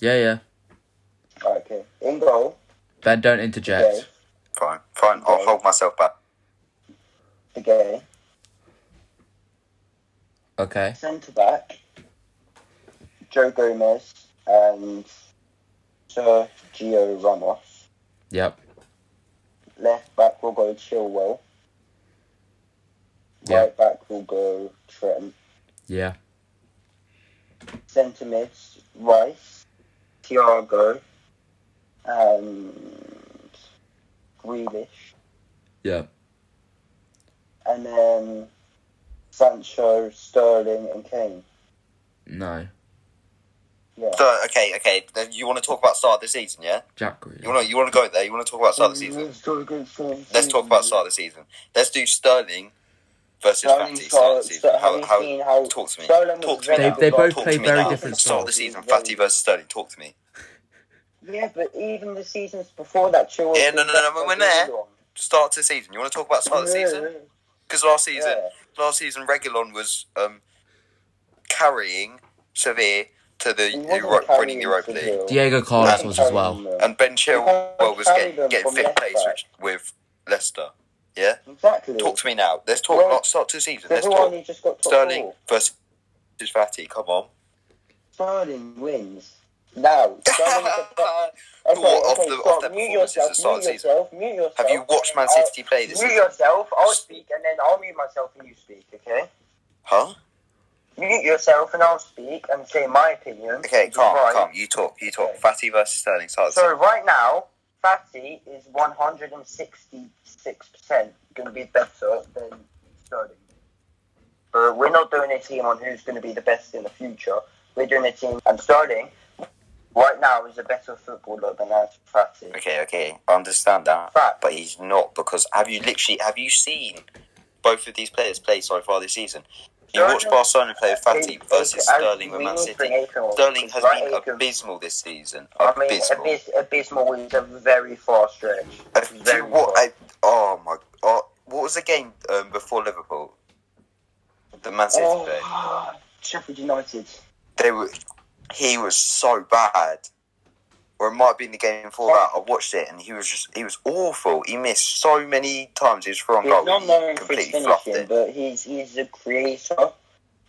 [SPEAKER 1] yeah, yeah.
[SPEAKER 3] Okay. In goal,
[SPEAKER 1] Ben, don't interject.
[SPEAKER 3] Okay.
[SPEAKER 2] Fine, fine. I'll
[SPEAKER 3] Okay.
[SPEAKER 2] hold myself back.
[SPEAKER 3] the gay.
[SPEAKER 1] Okay.
[SPEAKER 3] Centre back, Joe Gomez and Sergio Ramos.
[SPEAKER 1] Yep.
[SPEAKER 3] Left back will go Chilwell.
[SPEAKER 1] Yeah.
[SPEAKER 3] Right back will go Trent.
[SPEAKER 1] Yeah.
[SPEAKER 3] Centre mid, Rice, Thiago, and Grealish.
[SPEAKER 1] Yeah.
[SPEAKER 3] And then Sancho, Sterling, and Kane.
[SPEAKER 1] No.
[SPEAKER 3] Yeah.
[SPEAKER 2] So, okay, okay. Then you want to talk about start of the season, yeah?
[SPEAKER 1] Jack Grealish.
[SPEAKER 2] You want to you want to go there? You want to talk about start of the season?
[SPEAKER 3] Let's talk about Sterling.
[SPEAKER 2] Let's talk about start of the season. Let's do Sterling versus
[SPEAKER 3] Sterling
[SPEAKER 2] Fatty start of the season.
[SPEAKER 3] Ster-
[SPEAKER 2] How,
[SPEAKER 3] have
[SPEAKER 2] how,
[SPEAKER 3] you seen how
[SPEAKER 2] talk to me.
[SPEAKER 3] Sterling was
[SPEAKER 2] Talk to me.
[SPEAKER 1] They-
[SPEAKER 2] now.
[SPEAKER 1] they both
[SPEAKER 2] Talk
[SPEAKER 1] play
[SPEAKER 2] to me
[SPEAKER 1] very
[SPEAKER 2] now.
[SPEAKER 1] different
[SPEAKER 2] Start of the
[SPEAKER 3] styles.
[SPEAKER 2] season. Fatty versus Sterling. Talk to me.
[SPEAKER 3] Yeah, but even the seasons before that, Chilwell.
[SPEAKER 2] Yeah, no, no, no, no, we're there. Start to the season. You want to talk about start of the season? Because last season,
[SPEAKER 3] Yeah.
[SPEAKER 2] last season, Regulon was um, carrying Severe to the Euro- winning Europa League.
[SPEAKER 1] Diego Carlos was as well.
[SPEAKER 2] And Ben Chilwell
[SPEAKER 3] can't
[SPEAKER 2] was
[SPEAKER 3] carry
[SPEAKER 2] getting,
[SPEAKER 3] them
[SPEAKER 2] getting
[SPEAKER 3] from
[SPEAKER 2] fifth
[SPEAKER 3] left
[SPEAKER 2] place
[SPEAKER 3] back.
[SPEAKER 2] with, with Leicester. Yeah?
[SPEAKER 3] Exactly.
[SPEAKER 2] Talk to me now. Let's talk.
[SPEAKER 3] Well,
[SPEAKER 2] not start to the season.
[SPEAKER 3] So
[SPEAKER 2] Let's
[SPEAKER 3] who
[SPEAKER 2] talk.
[SPEAKER 3] only just got top
[SPEAKER 2] Sterling
[SPEAKER 3] four?
[SPEAKER 2] versus Fatty. Come on.
[SPEAKER 3] Sterling wins.
[SPEAKER 2] [laughs]
[SPEAKER 3] Now, Sterling is a-
[SPEAKER 2] Thought of the- of
[SPEAKER 3] stop.
[SPEAKER 2] their
[SPEAKER 3] Mute
[SPEAKER 2] performances at
[SPEAKER 3] yourself,
[SPEAKER 2] the start of the
[SPEAKER 3] mute
[SPEAKER 2] season.
[SPEAKER 3] yourself, mute yourself,
[SPEAKER 2] Have you watched Man
[SPEAKER 3] and I'll-
[SPEAKER 2] City play this
[SPEAKER 3] Mute
[SPEAKER 2] season?
[SPEAKER 3] yourself, I'll speak, and then I'll mute myself and you speak, okay?
[SPEAKER 2] Huh?
[SPEAKER 3] Mute yourself and I'll speak and say my opinion.
[SPEAKER 2] Okay,
[SPEAKER 3] which is
[SPEAKER 2] calm,
[SPEAKER 3] right.
[SPEAKER 2] calm. You talk. You talk.
[SPEAKER 3] Okay.
[SPEAKER 2] Fatty versus Sterling. Start of the
[SPEAKER 3] So
[SPEAKER 2] season.
[SPEAKER 3] right now, Fatty is 166% going to be better than Sterling. But we're not doing a team on who's going to be the best in the future. We're doing a team, and Sterling right now is a better footballer than Fatty.
[SPEAKER 2] Okay, okay. I understand that.
[SPEAKER 3] Fact.
[SPEAKER 2] But he's not because have you literally have you seen both of these players play so far this season? You
[SPEAKER 3] Sterling-
[SPEAKER 2] watch Barcelona play Fatty
[SPEAKER 3] They-
[SPEAKER 2] versus
[SPEAKER 3] they-
[SPEAKER 2] Sterling with
[SPEAKER 3] we
[SPEAKER 2] Man
[SPEAKER 3] need to bring
[SPEAKER 2] City.
[SPEAKER 3] Aiken on,
[SPEAKER 2] Sterling has
[SPEAKER 3] right,
[SPEAKER 2] been
[SPEAKER 3] Aiken?
[SPEAKER 2] abysmal this season.
[SPEAKER 3] I mean,
[SPEAKER 2] Abysmal.
[SPEAKER 3] Abyss, Abysmal is a very far stretch.
[SPEAKER 2] Uh, do you
[SPEAKER 3] Very
[SPEAKER 2] what?
[SPEAKER 3] far.
[SPEAKER 2] I, oh my! Oh, what was the game um, before Liverpool? The Man City played.
[SPEAKER 3] Oh, [sighs] Sheffield United.
[SPEAKER 2] They were. He was so bad. Or it might have been the game before
[SPEAKER 3] Yeah.
[SPEAKER 2] that. I watched it and he was just he was awful. He missed so many times. He was throwing
[SPEAKER 3] He's
[SPEAKER 2] goal.
[SPEAKER 3] not known
[SPEAKER 2] He
[SPEAKER 3] for his
[SPEAKER 2] completely fluffed
[SPEAKER 3] finishing,
[SPEAKER 2] it.
[SPEAKER 3] but he's he's a creator,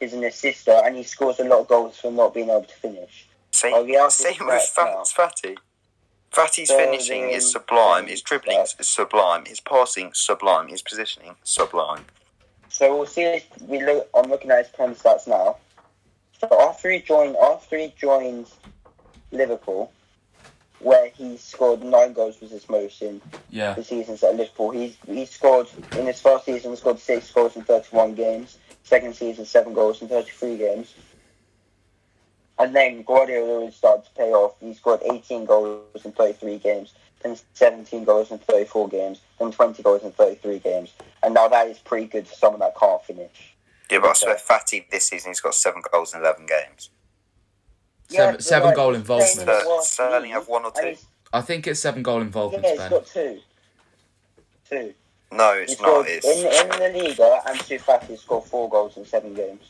[SPEAKER 3] he's an assister, and he scores a lot of goals for not being able to finish.
[SPEAKER 2] Same,
[SPEAKER 3] Oh, yeah, I
[SPEAKER 2] same
[SPEAKER 3] think
[SPEAKER 2] with
[SPEAKER 3] that's
[SPEAKER 2] Fat,
[SPEAKER 3] now.
[SPEAKER 2] Fatty. Fatty's
[SPEAKER 3] So,
[SPEAKER 2] finishing is
[SPEAKER 3] um,
[SPEAKER 2] sublime. His dribbling
[SPEAKER 3] yeah.
[SPEAKER 2] is sublime. His passing sublime. His positioning sublime.
[SPEAKER 3] So we'll see. If we look, I'm looking at his prem stats now. So after he joined, after he joined Liverpool, where he scored nine goals was his most in
[SPEAKER 1] Yeah.
[SPEAKER 3] the seasons at Liverpool. He's he scored in his first season scored six goals in thirty one games. Second season seven goals in thirty three games. And then Guardiola really started to pay off. He scored eighteen goals in thirty three games, then seventeen goals in thirty four games, then twenty goals in thirty three games. And now that is pretty good for someone that can't finish.
[SPEAKER 2] Yeah, but I
[SPEAKER 3] Okay.
[SPEAKER 2] swear, Fatty this season he's got seven goals in eleven games.
[SPEAKER 1] Seven-
[SPEAKER 3] but
[SPEAKER 1] seven goal
[SPEAKER 3] he's
[SPEAKER 1] involvements.
[SPEAKER 3] playing in the
[SPEAKER 2] Ster-
[SPEAKER 3] World
[SPEAKER 2] Sterling
[SPEAKER 3] League,
[SPEAKER 2] have one or
[SPEAKER 3] and
[SPEAKER 2] two.
[SPEAKER 3] he's-
[SPEAKER 1] I think it's seven goal involvements,
[SPEAKER 3] Yeah, he's
[SPEAKER 1] Ben.
[SPEAKER 3] got two. Two.
[SPEAKER 2] No,
[SPEAKER 3] He
[SPEAKER 2] it's
[SPEAKER 3] scored
[SPEAKER 2] not.
[SPEAKER 3] in,
[SPEAKER 2] It's
[SPEAKER 3] in the Liga, Ansu Fati scored four goals in seven games,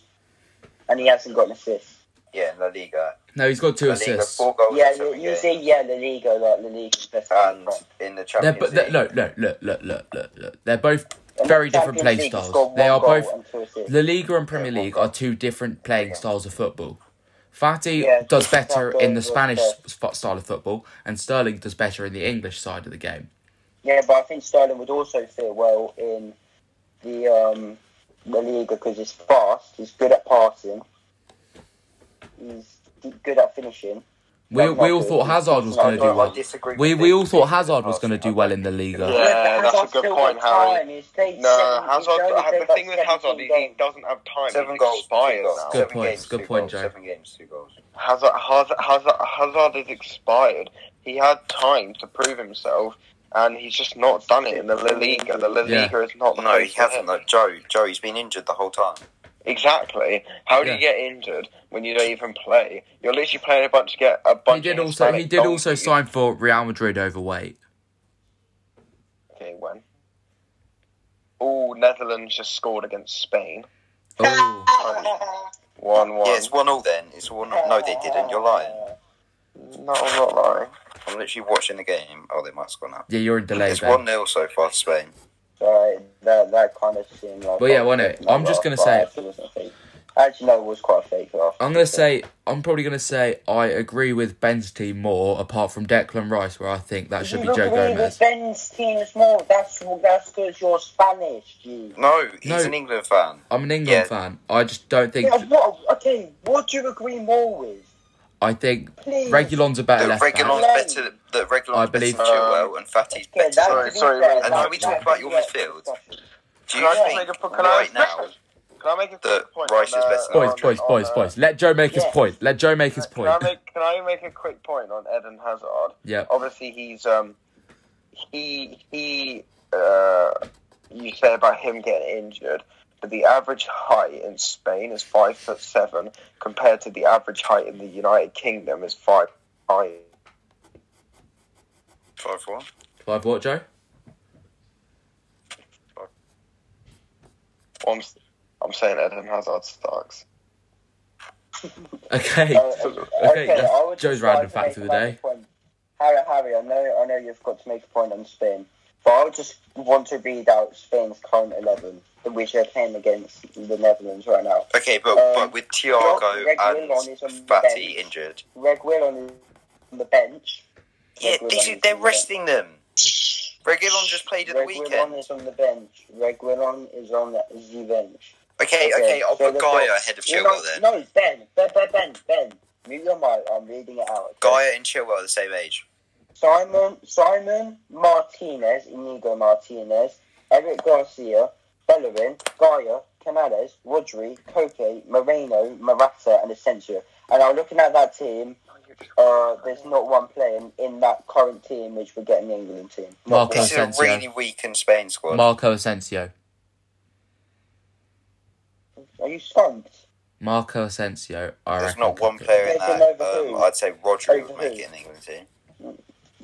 [SPEAKER 3] and he hasn't got an assist.
[SPEAKER 2] yeah, in La Liga.
[SPEAKER 1] No, he's got two
[SPEAKER 2] La Liga,
[SPEAKER 1] assists.
[SPEAKER 2] four goals.
[SPEAKER 3] Yeah,
[SPEAKER 2] in
[SPEAKER 3] you,
[SPEAKER 2] seven
[SPEAKER 3] you
[SPEAKER 2] games.
[SPEAKER 3] say yeah, La Liga, like La Liga's best.
[SPEAKER 2] and
[SPEAKER 3] team.
[SPEAKER 2] in the
[SPEAKER 1] They're,
[SPEAKER 2] Champions
[SPEAKER 1] but
[SPEAKER 2] League.
[SPEAKER 1] no, no, look, look, look, look, look. They're both
[SPEAKER 3] In the
[SPEAKER 1] very different
[SPEAKER 3] Champions
[SPEAKER 1] play
[SPEAKER 3] League, he
[SPEAKER 1] styles.
[SPEAKER 3] scored
[SPEAKER 1] They
[SPEAKER 3] one
[SPEAKER 1] are
[SPEAKER 3] goal
[SPEAKER 1] both
[SPEAKER 3] and two assists.
[SPEAKER 1] La Liga and Premier League are two different playing styles of football. Fati
[SPEAKER 3] Yeah,
[SPEAKER 1] does
[SPEAKER 3] different
[SPEAKER 1] better
[SPEAKER 3] type
[SPEAKER 1] in the
[SPEAKER 3] of,
[SPEAKER 1] Spanish
[SPEAKER 3] uh,
[SPEAKER 1] sp- style of football, and Sterling does better in the English side of the game.
[SPEAKER 3] Yeah, but I think Sterling would also fit well in the um, La Liga because he's fast, he's good at passing, he's good at finishing.
[SPEAKER 1] We,
[SPEAKER 3] Not-
[SPEAKER 1] we all
[SPEAKER 3] not
[SPEAKER 1] thought
[SPEAKER 3] good.
[SPEAKER 1] Hazard was
[SPEAKER 3] Not
[SPEAKER 1] going to
[SPEAKER 3] good.
[SPEAKER 1] do well.
[SPEAKER 2] I disagree.
[SPEAKER 1] We,
[SPEAKER 2] with
[SPEAKER 1] we
[SPEAKER 2] this.
[SPEAKER 1] all thought Hazard was going to do well in the Liga.
[SPEAKER 4] Yeah, that's a
[SPEAKER 3] Hazard's
[SPEAKER 4] good
[SPEAKER 3] still
[SPEAKER 4] point,
[SPEAKER 3] got
[SPEAKER 4] Harry.
[SPEAKER 3] time, he's played
[SPEAKER 4] No,
[SPEAKER 3] seven- he's
[SPEAKER 4] Hazard.
[SPEAKER 3] only played
[SPEAKER 4] The
[SPEAKER 3] like
[SPEAKER 4] thing with Hazard,
[SPEAKER 3] 17
[SPEAKER 4] he,
[SPEAKER 3] games.
[SPEAKER 4] he doesn't have time.
[SPEAKER 2] Seven
[SPEAKER 4] He's
[SPEAKER 2] goals, two
[SPEAKER 4] expired
[SPEAKER 2] goals.
[SPEAKER 4] now.
[SPEAKER 1] Good
[SPEAKER 2] seven
[SPEAKER 1] point,
[SPEAKER 2] games,
[SPEAKER 1] good
[SPEAKER 2] two
[SPEAKER 1] point,
[SPEAKER 2] goals,
[SPEAKER 1] Joe.
[SPEAKER 2] Seven games, two goals.
[SPEAKER 4] Hazard, Hazard, Hazard, Hazard is expired. He had time to prove himself, and he's just not done it in the La Liga. The La
[SPEAKER 1] Yeah.
[SPEAKER 4] Liga is not the
[SPEAKER 2] No, he
[SPEAKER 4] place for
[SPEAKER 2] hasn't.
[SPEAKER 4] him.
[SPEAKER 2] No, Joe, Joe, he's been injured the whole time.
[SPEAKER 4] Exactly. How do you
[SPEAKER 1] Yeah.
[SPEAKER 4] get injured when you don't even play? You're literally playing a bunch to get a bunch.
[SPEAKER 1] He did
[SPEAKER 4] of
[SPEAKER 1] also he
[SPEAKER 4] Hispanic
[SPEAKER 1] did also
[SPEAKER 4] donkeys.
[SPEAKER 1] sign for Real Madrid overweight.
[SPEAKER 4] Okay, when? Oh, Netherlands just scored against Spain.
[SPEAKER 1] Oh,
[SPEAKER 4] One one.
[SPEAKER 2] Yeah, it's one all then. It's one all. No, they didn't. You're lying.
[SPEAKER 4] No, I'm not lying.
[SPEAKER 2] I'm literally watching the game. Oh, they might have gone up.
[SPEAKER 1] yeah, you're in delay.
[SPEAKER 2] It's
[SPEAKER 1] Ben.
[SPEAKER 2] 1 0 so far to Spain.
[SPEAKER 3] Sorry, that that kind of seemed like.
[SPEAKER 1] Well, yeah, wasn't it? I'm just gonna
[SPEAKER 3] But
[SPEAKER 1] say-
[SPEAKER 3] Actually, wasn't fake. actually, no, it was quite a fake laugh.
[SPEAKER 1] I'm gonna say I'm probably gonna say I agree with Ben's team more, apart from Declan Rice, where I think that should be
[SPEAKER 3] you
[SPEAKER 1] Joe
[SPEAKER 3] agree with
[SPEAKER 1] Gomez.
[SPEAKER 3] Ben's team is more. That's that's because you're Spanish, you.
[SPEAKER 2] No, he's
[SPEAKER 1] No.
[SPEAKER 2] an England fan.
[SPEAKER 1] I'm an England
[SPEAKER 2] Yeah.
[SPEAKER 1] fan. I just don't think.
[SPEAKER 3] Yeah, what? Okay, what do you agree more with?
[SPEAKER 1] I think
[SPEAKER 3] Please.
[SPEAKER 1] Regulon's a better
[SPEAKER 2] That
[SPEAKER 1] left back.
[SPEAKER 2] Regulon's
[SPEAKER 3] back.
[SPEAKER 2] better. That
[SPEAKER 1] I
[SPEAKER 2] Regulon's
[SPEAKER 1] believe-
[SPEAKER 2] better than Chilwell and Fatty's
[SPEAKER 3] Okay,
[SPEAKER 2] better.
[SPEAKER 3] that
[SPEAKER 4] Sorry,
[SPEAKER 3] to be
[SPEAKER 4] sorry,
[SPEAKER 3] fair,
[SPEAKER 4] mate.
[SPEAKER 3] that-
[SPEAKER 4] And can we
[SPEAKER 3] that
[SPEAKER 4] talk
[SPEAKER 3] could
[SPEAKER 2] about
[SPEAKER 3] be
[SPEAKER 2] your
[SPEAKER 3] a
[SPEAKER 2] midfield?
[SPEAKER 3] discussion.
[SPEAKER 2] Do
[SPEAKER 4] Can
[SPEAKER 2] you
[SPEAKER 4] I just
[SPEAKER 2] think
[SPEAKER 4] make a quick
[SPEAKER 2] right now?
[SPEAKER 4] announcement? Can I make a
[SPEAKER 2] that
[SPEAKER 4] quick point?
[SPEAKER 2] Rice
[SPEAKER 4] on,
[SPEAKER 2] is
[SPEAKER 4] uh,
[SPEAKER 2] better than
[SPEAKER 1] Boys,
[SPEAKER 4] on-
[SPEAKER 1] boys,
[SPEAKER 4] on,
[SPEAKER 1] boys,
[SPEAKER 4] uh,
[SPEAKER 1] boys. Let Joe make his
[SPEAKER 3] Yeah.
[SPEAKER 1] point. Let Joe make his
[SPEAKER 4] Can
[SPEAKER 1] point.
[SPEAKER 4] I make can I make a quick point on Eden Hazard?
[SPEAKER 1] Yeah.
[SPEAKER 4] Obviously, he's um he he uh you say about him getting injured, but the average height in Spain is five foot seven compared to the average height in the United Kingdom is five five.
[SPEAKER 2] Five one.
[SPEAKER 1] Five what, Joe? [laughs]
[SPEAKER 4] I'm, I'm saying Eden Hazard sucks.
[SPEAKER 1] Okay.
[SPEAKER 3] Uh,
[SPEAKER 1] Okay, that's
[SPEAKER 3] I would
[SPEAKER 1] Joe's
[SPEAKER 3] just like
[SPEAKER 1] random
[SPEAKER 3] to
[SPEAKER 1] fact
[SPEAKER 3] make
[SPEAKER 1] of the
[SPEAKER 3] another
[SPEAKER 1] day.
[SPEAKER 3] point. Harry, Harry, I know, I know you've got to make a point on Spain, but I would just want to read out Spain's current eleven, which they're playing against the Netherlands right now.
[SPEAKER 2] Okay, but
[SPEAKER 3] Um,
[SPEAKER 2] but with Thiago
[SPEAKER 3] Reguilon is on
[SPEAKER 2] and
[SPEAKER 3] the
[SPEAKER 2] Fatty
[SPEAKER 3] bench.
[SPEAKER 2] injured.
[SPEAKER 3] Reguilon is on the bench.
[SPEAKER 2] Yeah,
[SPEAKER 3] Reguilon
[SPEAKER 2] these,
[SPEAKER 3] is
[SPEAKER 2] they're
[SPEAKER 3] on the
[SPEAKER 2] resting them. Regulon just played at the
[SPEAKER 3] Reguilon
[SPEAKER 2] weekend.
[SPEAKER 3] is on the bench. Reguilon is on the the bench.
[SPEAKER 2] Okay, okay, I'll
[SPEAKER 3] so
[SPEAKER 2] put
[SPEAKER 3] they've
[SPEAKER 2] Gaia
[SPEAKER 3] got-
[SPEAKER 2] ahead of
[SPEAKER 3] you know-
[SPEAKER 2] Chilwell then.
[SPEAKER 3] No, Ben, Ben, Ben, Ben, Ben. Mute your mic. I'm reading it out. okay?
[SPEAKER 2] Gaia and Chilwell are the same age.
[SPEAKER 3] Simon, Simon Martinez, Inigo Martinez, Eric Garcia, Bellerin, Gaia, Canales, Rodri, Koke, Moreno, Morata, and Asensio. And I'm looking at that team. Uh, there's not one playing in that current team which we're getting the England team.
[SPEAKER 1] Marco
[SPEAKER 3] Not one.
[SPEAKER 2] This is a
[SPEAKER 1] Asensio.
[SPEAKER 2] really weakened Spain squad.
[SPEAKER 1] Marco Asensio.
[SPEAKER 3] Are you stumped?
[SPEAKER 1] Marco Asensio. I
[SPEAKER 2] There's
[SPEAKER 1] reckon
[SPEAKER 2] not one
[SPEAKER 1] could-
[SPEAKER 2] player in
[SPEAKER 3] Taken
[SPEAKER 2] that.
[SPEAKER 3] over
[SPEAKER 2] Um,
[SPEAKER 3] who?
[SPEAKER 2] I'd say Rodri
[SPEAKER 3] Over
[SPEAKER 2] would make
[SPEAKER 3] who?
[SPEAKER 2] it an England team.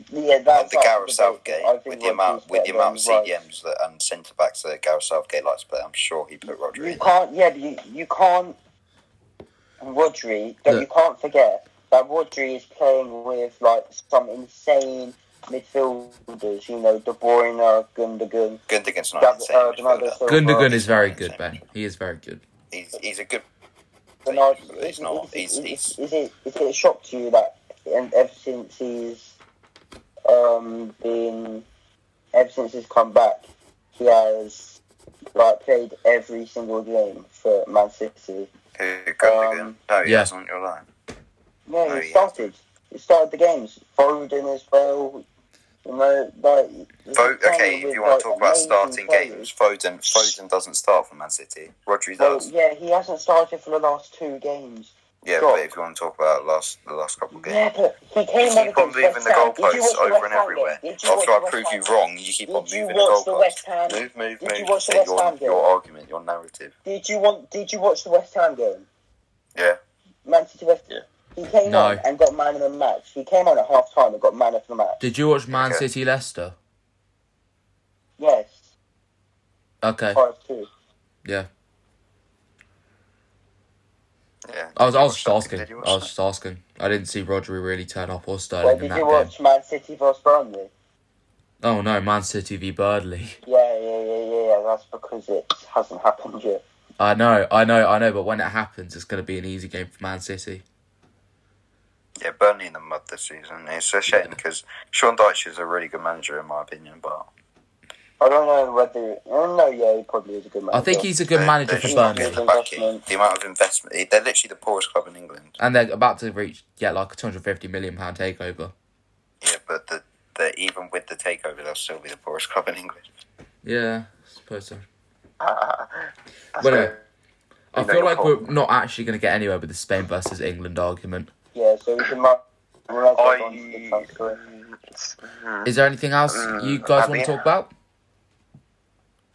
[SPEAKER 3] Yeah,
[SPEAKER 2] Um,
[SPEAKER 3] that's
[SPEAKER 2] the
[SPEAKER 3] up
[SPEAKER 2] Gareth
[SPEAKER 3] for
[SPEAKER 2] Southgate
[SPEAKER 3] debate. I think
[SPEAKER 2] with the
[SPEAKER 3] Rodri's
[SPEAKER 2] amount with the
[SPEAKER 3] better
[SPEAKER 2] amount of
[SPEAKER 3] than Rice.
[SPEAKER 2] CDMs that, and centre backs that Gareth Southgate likes to play. I'm sure he put Rodri.
[SPEAKER 3] You
[SPEAKER 2] in.
[SPEAKER 3] can't, yeah, but you, you can't, Rodri, that you
[SPEAKER 1] Look.
[SPEAKER 3] can't forget that Rodri is playing with, like, some insane midfielders, you know, De Bruyne, Gundogan,
[SPEAKER 2] Gundogan's not
[SPEAKER 3] Gav-
[SPEAKER 2] insane.
[SPEAKER 3] uh, Bernardo
[SPEAKER 2] midfielder.
[SPEAKER 3] Silva.
[SPEAKER 1] Gundogan is very good, Ben. He is very good.
[SPEAKER 2] He's he's a good.
[SPEAKER 3] Bernardo-
[SPEAKER 2] but he's not. He's,
[SPEAKER 3] is,
[SPEAKER 2] he's,
[SPEAKER 3] is it, is it a shock to you that and ever since he's um, been, ever since he's come back, he has, like, played every single game for Man City?
[SPEAKER 2] who Gundogan?
[SPEAKER 3] Um,
[SPEAKER 2] no, he
[SPEAKER 1] yeah.
[SPEAKER 2] hasn't. You're lying.
[SPEAKER 3] No,
[SPEAKER 2] Oh,
[SPEAKER 3] he
[SPEAKER 2] yeah.
[SPEAKER 3] started. He started the games. Foden as well. You know, like.
[SPEAKER 2] Fo- okay, if you want to talk about starting games, Foden Foden doesn't start for Man City. Rodri
[SPEAKER 3] Well,
[SPEAKER 2] does.
[SPEAKER 3] yeah, he hasn't started for the last two games.
[SPEAKER 2] Yeah,
[SPEAKER 3] God.
[SPEAKER 2] but if you want to talk about last the last couple of
[SPEAKER 3] Yeah,
[SPEAKER 2] games.
[SPEAKER 3] but he
[SPEAKER 2] You
[SPEAKER 3] came on
[SPEAKER 2] keep on
[SPEAKER 3] against
[SPEAKER 2] moving
[SPEAKER 3] West
[SPEAKER 2] the
[SPEAKER 3] Ham. Did you watch
[SPEAKER 2] goalposts
[SPEAKER 3] the
[SPEAKER 2] over
[SPEAKER 3] West
[SPEAKER 2] and
[SPEAKER 3] Ham
[SPEAKER 2] everywhere.
[SPEAKER 3] game? Did
[SPEAKER 2] After
[SPEAKER 3] you watch
[SPEAKER 2] I
[SPEAKER 3] the West
[SPEAKER 2] prove
[SPEAKER 3] Ham
[SPEAKER 2] you wrong, you keep
[SPEAKER 3] Did
[SPEAKER 2] on
[SPEAKER 3] you
[SPEAKER 2] moving the
[SPEAKER 3] watch the West
[SPEAKER 2] goalposts.
[SPEAKER 3] Ham-
[SPEAKER 2] Move, move,
[SPEAKER 3] Did you
[SPEAKER 2] move.
[SPEAKER 3] watch the
[SPEAKER 2] Say
[SPEAKER 3] West Ham
[SPEAKER 2] your,
[SPEAKER 3] game?
[SPEAKER 2] your argument, your narrative.
[SPEAKER 3] game? Did you want? Did you watch the West Ham game?
[SPEAKER 2] Yeah.
[SPEAKER 3] Man City West.
[SPEAKER 2] Yeah.
[SPEAKER 3] He came
[SPEAKER 1] No.
[SPEAKER 3] on and got man of the match. He came on at half time and got man of the match.
[SPEAKER 1] Did you watch Man
[SPEAKER 2] Okay.
[SPEAKER 1] City Leicester?
[SPEAKER 3] Yes,
[SPEAKER 1] Okay.
[SPEAKER 3] five two.
[SPEAKER 1] Yeah.
[SPEAKER 2] Yeah.
[SPEAKER 1] I was, I was
[SPEAKER 2] Did
[SPEAKER 1] just
[SPEAKER 2] you watch
[SPEAKER 1] asking.
[SPEAKER 2] that? Did
[SPEAKER 1] I
[SPEAKER 2] you watch
[SPEAKER 1] was just asking. I didn't see Rodri really turn up or Sterling
[SPEAKER 3] Where
[SPEAKER 1] in
[SPEAKER 3] did
[SPEAKER 1] that
[SPEAKER 3] you
[SPEAKER 1] game.
[SPEAKER 3] watch Man City vs Burnley?
[SPEAKER 1] Oh no, Man City v Burnley. [laughs]
[SPEAKER 3] Yeah, yeah, yeah, yeah, yeah. That's because it hasn't happened yet.
[SPEAKER 1] I know, I know, I know. But when it happens, it's going to be an easy game for Man City.
[SPEAKER 2] Yeah, Burnley in the mud this season. It's a shame because Sean Dyche is a really good manager in my opinion, but
[SPEAKER 3] I don't know whether. I don't know. Yeah, he probably is a good manager.
[SPEAKER 1] I think he's a good
[SPEAKER 2] they-
[SPEAKER 1] manager for
[SPEAKER 2] they just
[SPEAKER 3] not
[SPEAKER 1] Burnley,
[SPEAKER 2] get the backing. The amount of investment, they're literally the poorest club in England.
[SPEAKER 1] and they're about to reach get like a two hundred fifty million pound takeover.
[SPEAKER 2] Yeah, but the, the even with the takeover, they'll still be the poorest club in England.
[SPEAKER 1] Yeah, I suppose so.
[SPEAKER 4] [laughs] That's
[SPEAKER 1] Well, anyway,
[SPEAKER 4] it.
[SPEAKER 1] I
[SPEAKER 4] You know
[SPEAKER 1] feel
[SPEAKER 4] your
[SPEAKER 1] like
[SPEAKER 4] problem.
[SPEAKER 1] we're not actually going to get anywhere with the Spain versus England argument.
[SPEAKER 3] Yeah, so we can. mark- we're not going on to the transfer.
[SPEAKER 4] I
[SPEAKER 1] Is there anything else
[SPEAKER 4] Mm,
[SPEAKER 1] you guys
[SPEAKER 4] I
[SPEAKER 1] want to
[SPEAKER 4] mean-
[SPEAKER 1] talk about?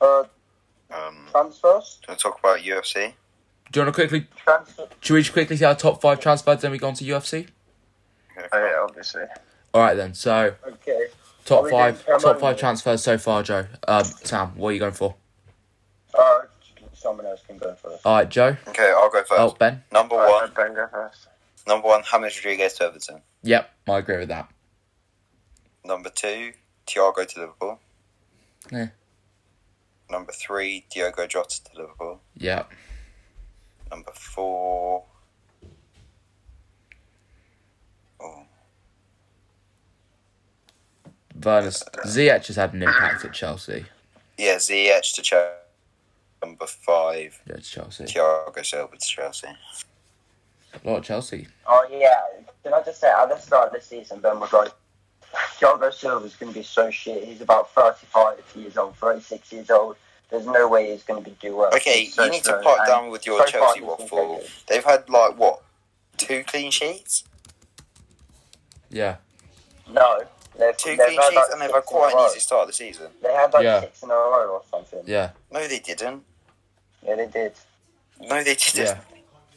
[SPEAKER 3] Uh,
[SPEAKER 2] Um,
[SPEAKER 3] transfers.
[SPEAKER 2] do you want to talk about UFC?
[SPEAKER 1] Do you want to quickly?
[SPEAKER 3] Transfer.
[SPEAKER 1] Should we just quickly see our top five transfers? Then we go on to UFC.
[SPEAKER 4] Oh, yeah, obviously.
[SPEAKER 1] All right then. So
[SPEAKER 3] Okay. Are
[SPEAKER 1] top
[SPEAKER 3] we
[SPEAKER 1] five,
[SPEAKER 3] doing Cameron?
[SPEAKER 1] top five transfers so far, Joe. Um, Sam, what are you going for?
[SPEAKER 3] Uh, someone else can go first.
[SPEAKER 1] All right, Joe.
[SPEAKER 2] Okay, I'll go first.
[SPEAKER 1] Oh, Ben.
[SPEAKER 2] Number
[SPEAKER 4] Alright,
[SPEAKER 2] one,
[SPEAKER 4] let Ben go first.
[SPEAKER 2] number one, James Rodriguez to Everton.
[SPEAKER 1] Yep, I agree with that.
[SPEAKER 2] Number two, Thiago to Liverpool.
[SPEAKER 1] Yeah.
[SPEAKER 2] Number three, Diogo Jota to Liverpool.
[SPEAKER 1] Yep.
[SPEAKER 2] Number four. Oh,
[SPEAKER 1] Werner Ziyech has had an impact at Chelsea.
[SPEAKER 2] yeah, Ziyech to Chelsea. Number five,
[SPEAKER 1] Yeah, it's Chelsea.
[SPEAKER 2] Thiago Silva to Chelsea.
[SPEAKER 1] A lot of Chelsea.
[SPEAKER 3] Oh yeah, can I just say at the start of the season, Ben was like, Thiago Silva's going to be so shit. He's about 35 years old, 36 years old. There's no way he's going to be do well.
[SPEAKER 2] Okay,
[SPEAKER 3] He's so
[SPEAKER 2] you need to
[SPEAKER 3] slow,
[SPEAKER 2] part
[SPEAKER 3] and
[SPEAKER 2] down with your
[SPEAKER 3] so far
[SPEAKER 2] Chelsea
[SPEAKER 3] he's been
[SPEAKER 2] waffle.
[SPEAKER 3] so good.
[SPEAKER 2] They've had like what two clean sheets,
[SPEAKER 1] Yeah.
[SPEAKER 3] No, they've,
[SPEAKER 2] 2
[SPEAKER 3] they've
[SPEAKER 2] clean
[SPEAKER 3] had,
[SPEAKER 2] sheets,
[SPEAKER 3] like,
[SPEAKER 2] and they've
[SPEAKER 3] six
[SPEAKER 2] had
[SPEAKER 3] in a
[SPEAKER 2] quite
[SPEAKER 3] row.
[SPEAKER 2] an easy start of the season.
[SPEAKER 3] They had like
[SPEAKER 1] Yeah.
[SPEAKER 3] six in a row or something.
[SPEAKER 1] Yeah.
[SPEAKER 2] No, they didn't.
[SPEAKER 3] Yeah, they did.
[SPEAKER 2] No, they didn't.
[SPEAKER 1] Yeah.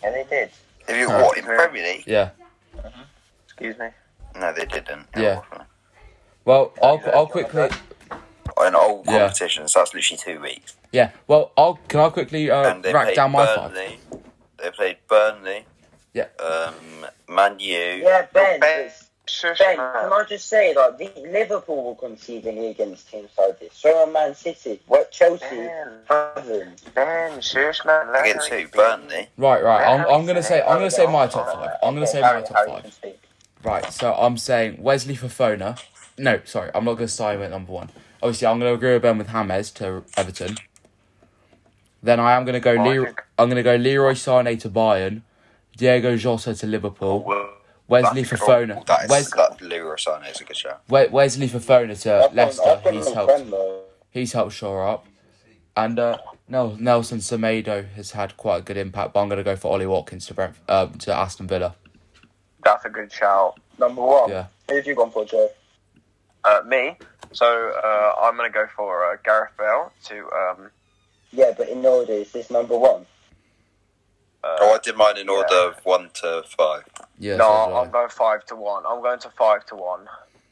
[SPEAKER 3] Yeah, they did.
[SPEAKER 2] Have you
[SPEAKER 1] Huh.
[SPEAKER 2] what in Premier League?
[SPEAKER 1] Yeah.
[SPEAKER 4] Excuse me.
[SPEAKER 2] No, they didn't.
[SPEAKER 1] Yeah. Well, I'll I'll quickly.
[SPEAKER 2] In all
[SPEAKER 1] Yeah.
[SPEAKER 2] competitions, that's literally two weeks.
[SPEAKER 1] Yeah. Well, I'll can I quickly uh,
[SPEAKER 2] and they
[SPEAKER 1] rack
[SPEAKER 2] played
[SPEAKER 1] down my five.
[SPEAKER 2] Burnley. They played Burnley.
[SPEAKER 1] Yeah.
[SPEAKER 2] Um, Man U.
[SPEAKER 3] Yeah, Ben.
[SPEAKER 4] Ben,
[SPEAKER 3] it's-
[SPEAKER 4] shush,
[SPEAKER 3] Ben,
[SPEAKER 4] man.
[SPEAKER 3] can I just say, like, the, Liverpool will concede against teams like this. So are Man City. What Chelsea
[SPEAKER 4] Ben,
[SPEAKER 3] haven't.
[SPEAKER 4] Ben, shush, man. Let
[SPEAKER 2] Against
[SPEAKER 4] her
[SPEAKER 2] who?
[SPEAKER 4] be.
[SPEAKER 2] Burnley.
[SPEAKER 1] Right, right. I'm, I'm gonna say I'm
[SPEAKER 3] Oh,
[SPEAKER 1] gonna say
[SPEAKER 3] yeah.
[SPEAKER 1] my top five. I'm gonna
[SPEAKER 3] Okay,
[SPEAKER 1] say my
[SPEAKER 3] Harry-
[SPEAKER 1] top
[SPEAKER 3] Harry
[SPEAKER 1] five.
[SPEAKER 3] can speak.
[SPEAKER 1] Right. So I'm saying Wesley Fofana. No, sorry, I'm not gonna sign him at number one. Obviously, I'm gonna agree with Ben with James to Everton. Then I am gonna go.
[SPEAKER 4] Oh, I
[SPEAKER 1] Leroy,
[SPEAKER 4] think-
[SPEAKER 1] I'm gonna go Leroy Sané to Bayern, Diego Jota to Liverpool,
[SPEAKER 2] Oh, Well,
[SPEAKER 1] Wesley
[SPEAKER 2] that's-
[SPEAKER 1] Fofana.
[SPEAKER 2] oh, That is
[SPEAKER 1] Wes-
[SPEAKER 2] that Leroy Sané is a good shot.
[SPEAKER 1] We- Wesley Fofana to
[SPEAKER 3] I've got-
[SPEAKER 1] Leicester.
[SPEAKER 3] I've got
[SPEAKER 1] He's
[SPEAKER 3] no
[SPEAKER 1] helped.
[SPEAKER 3] friend, though.
[SPEAKER 1] he's helped shore up. And uh, Nel- Nelson Semedo has had quite a good impact, but I'm going to go for Ollie Watkins to Brent- um, to Aston Villa.
[SPEAKER 4] That's a good shout.
[SPEAKER 3] Number one.
[SPEAKER 1] Yeah.
[SPEAKER 3] Who have you gone for, Joe?
[SPEAKER 4] Uh, me. So uh, I'm gonna go for uh, Gareth Bale to. Um,
[SPEAKER 3] Yeah, but in order, is this number one?
[SPEAKER 4] uh,
[SPEAKER 2] Oh, I did mine in order
[SPEAKER 4] yeah.
[SPEAKER 2] of one to five.
[SPEAKER 1] Yeah,
[SPEAKER 4] no,
[SPEAKER 1] so do I.
[SPEAKER 4] I'm going five to one. I'm going to five to one.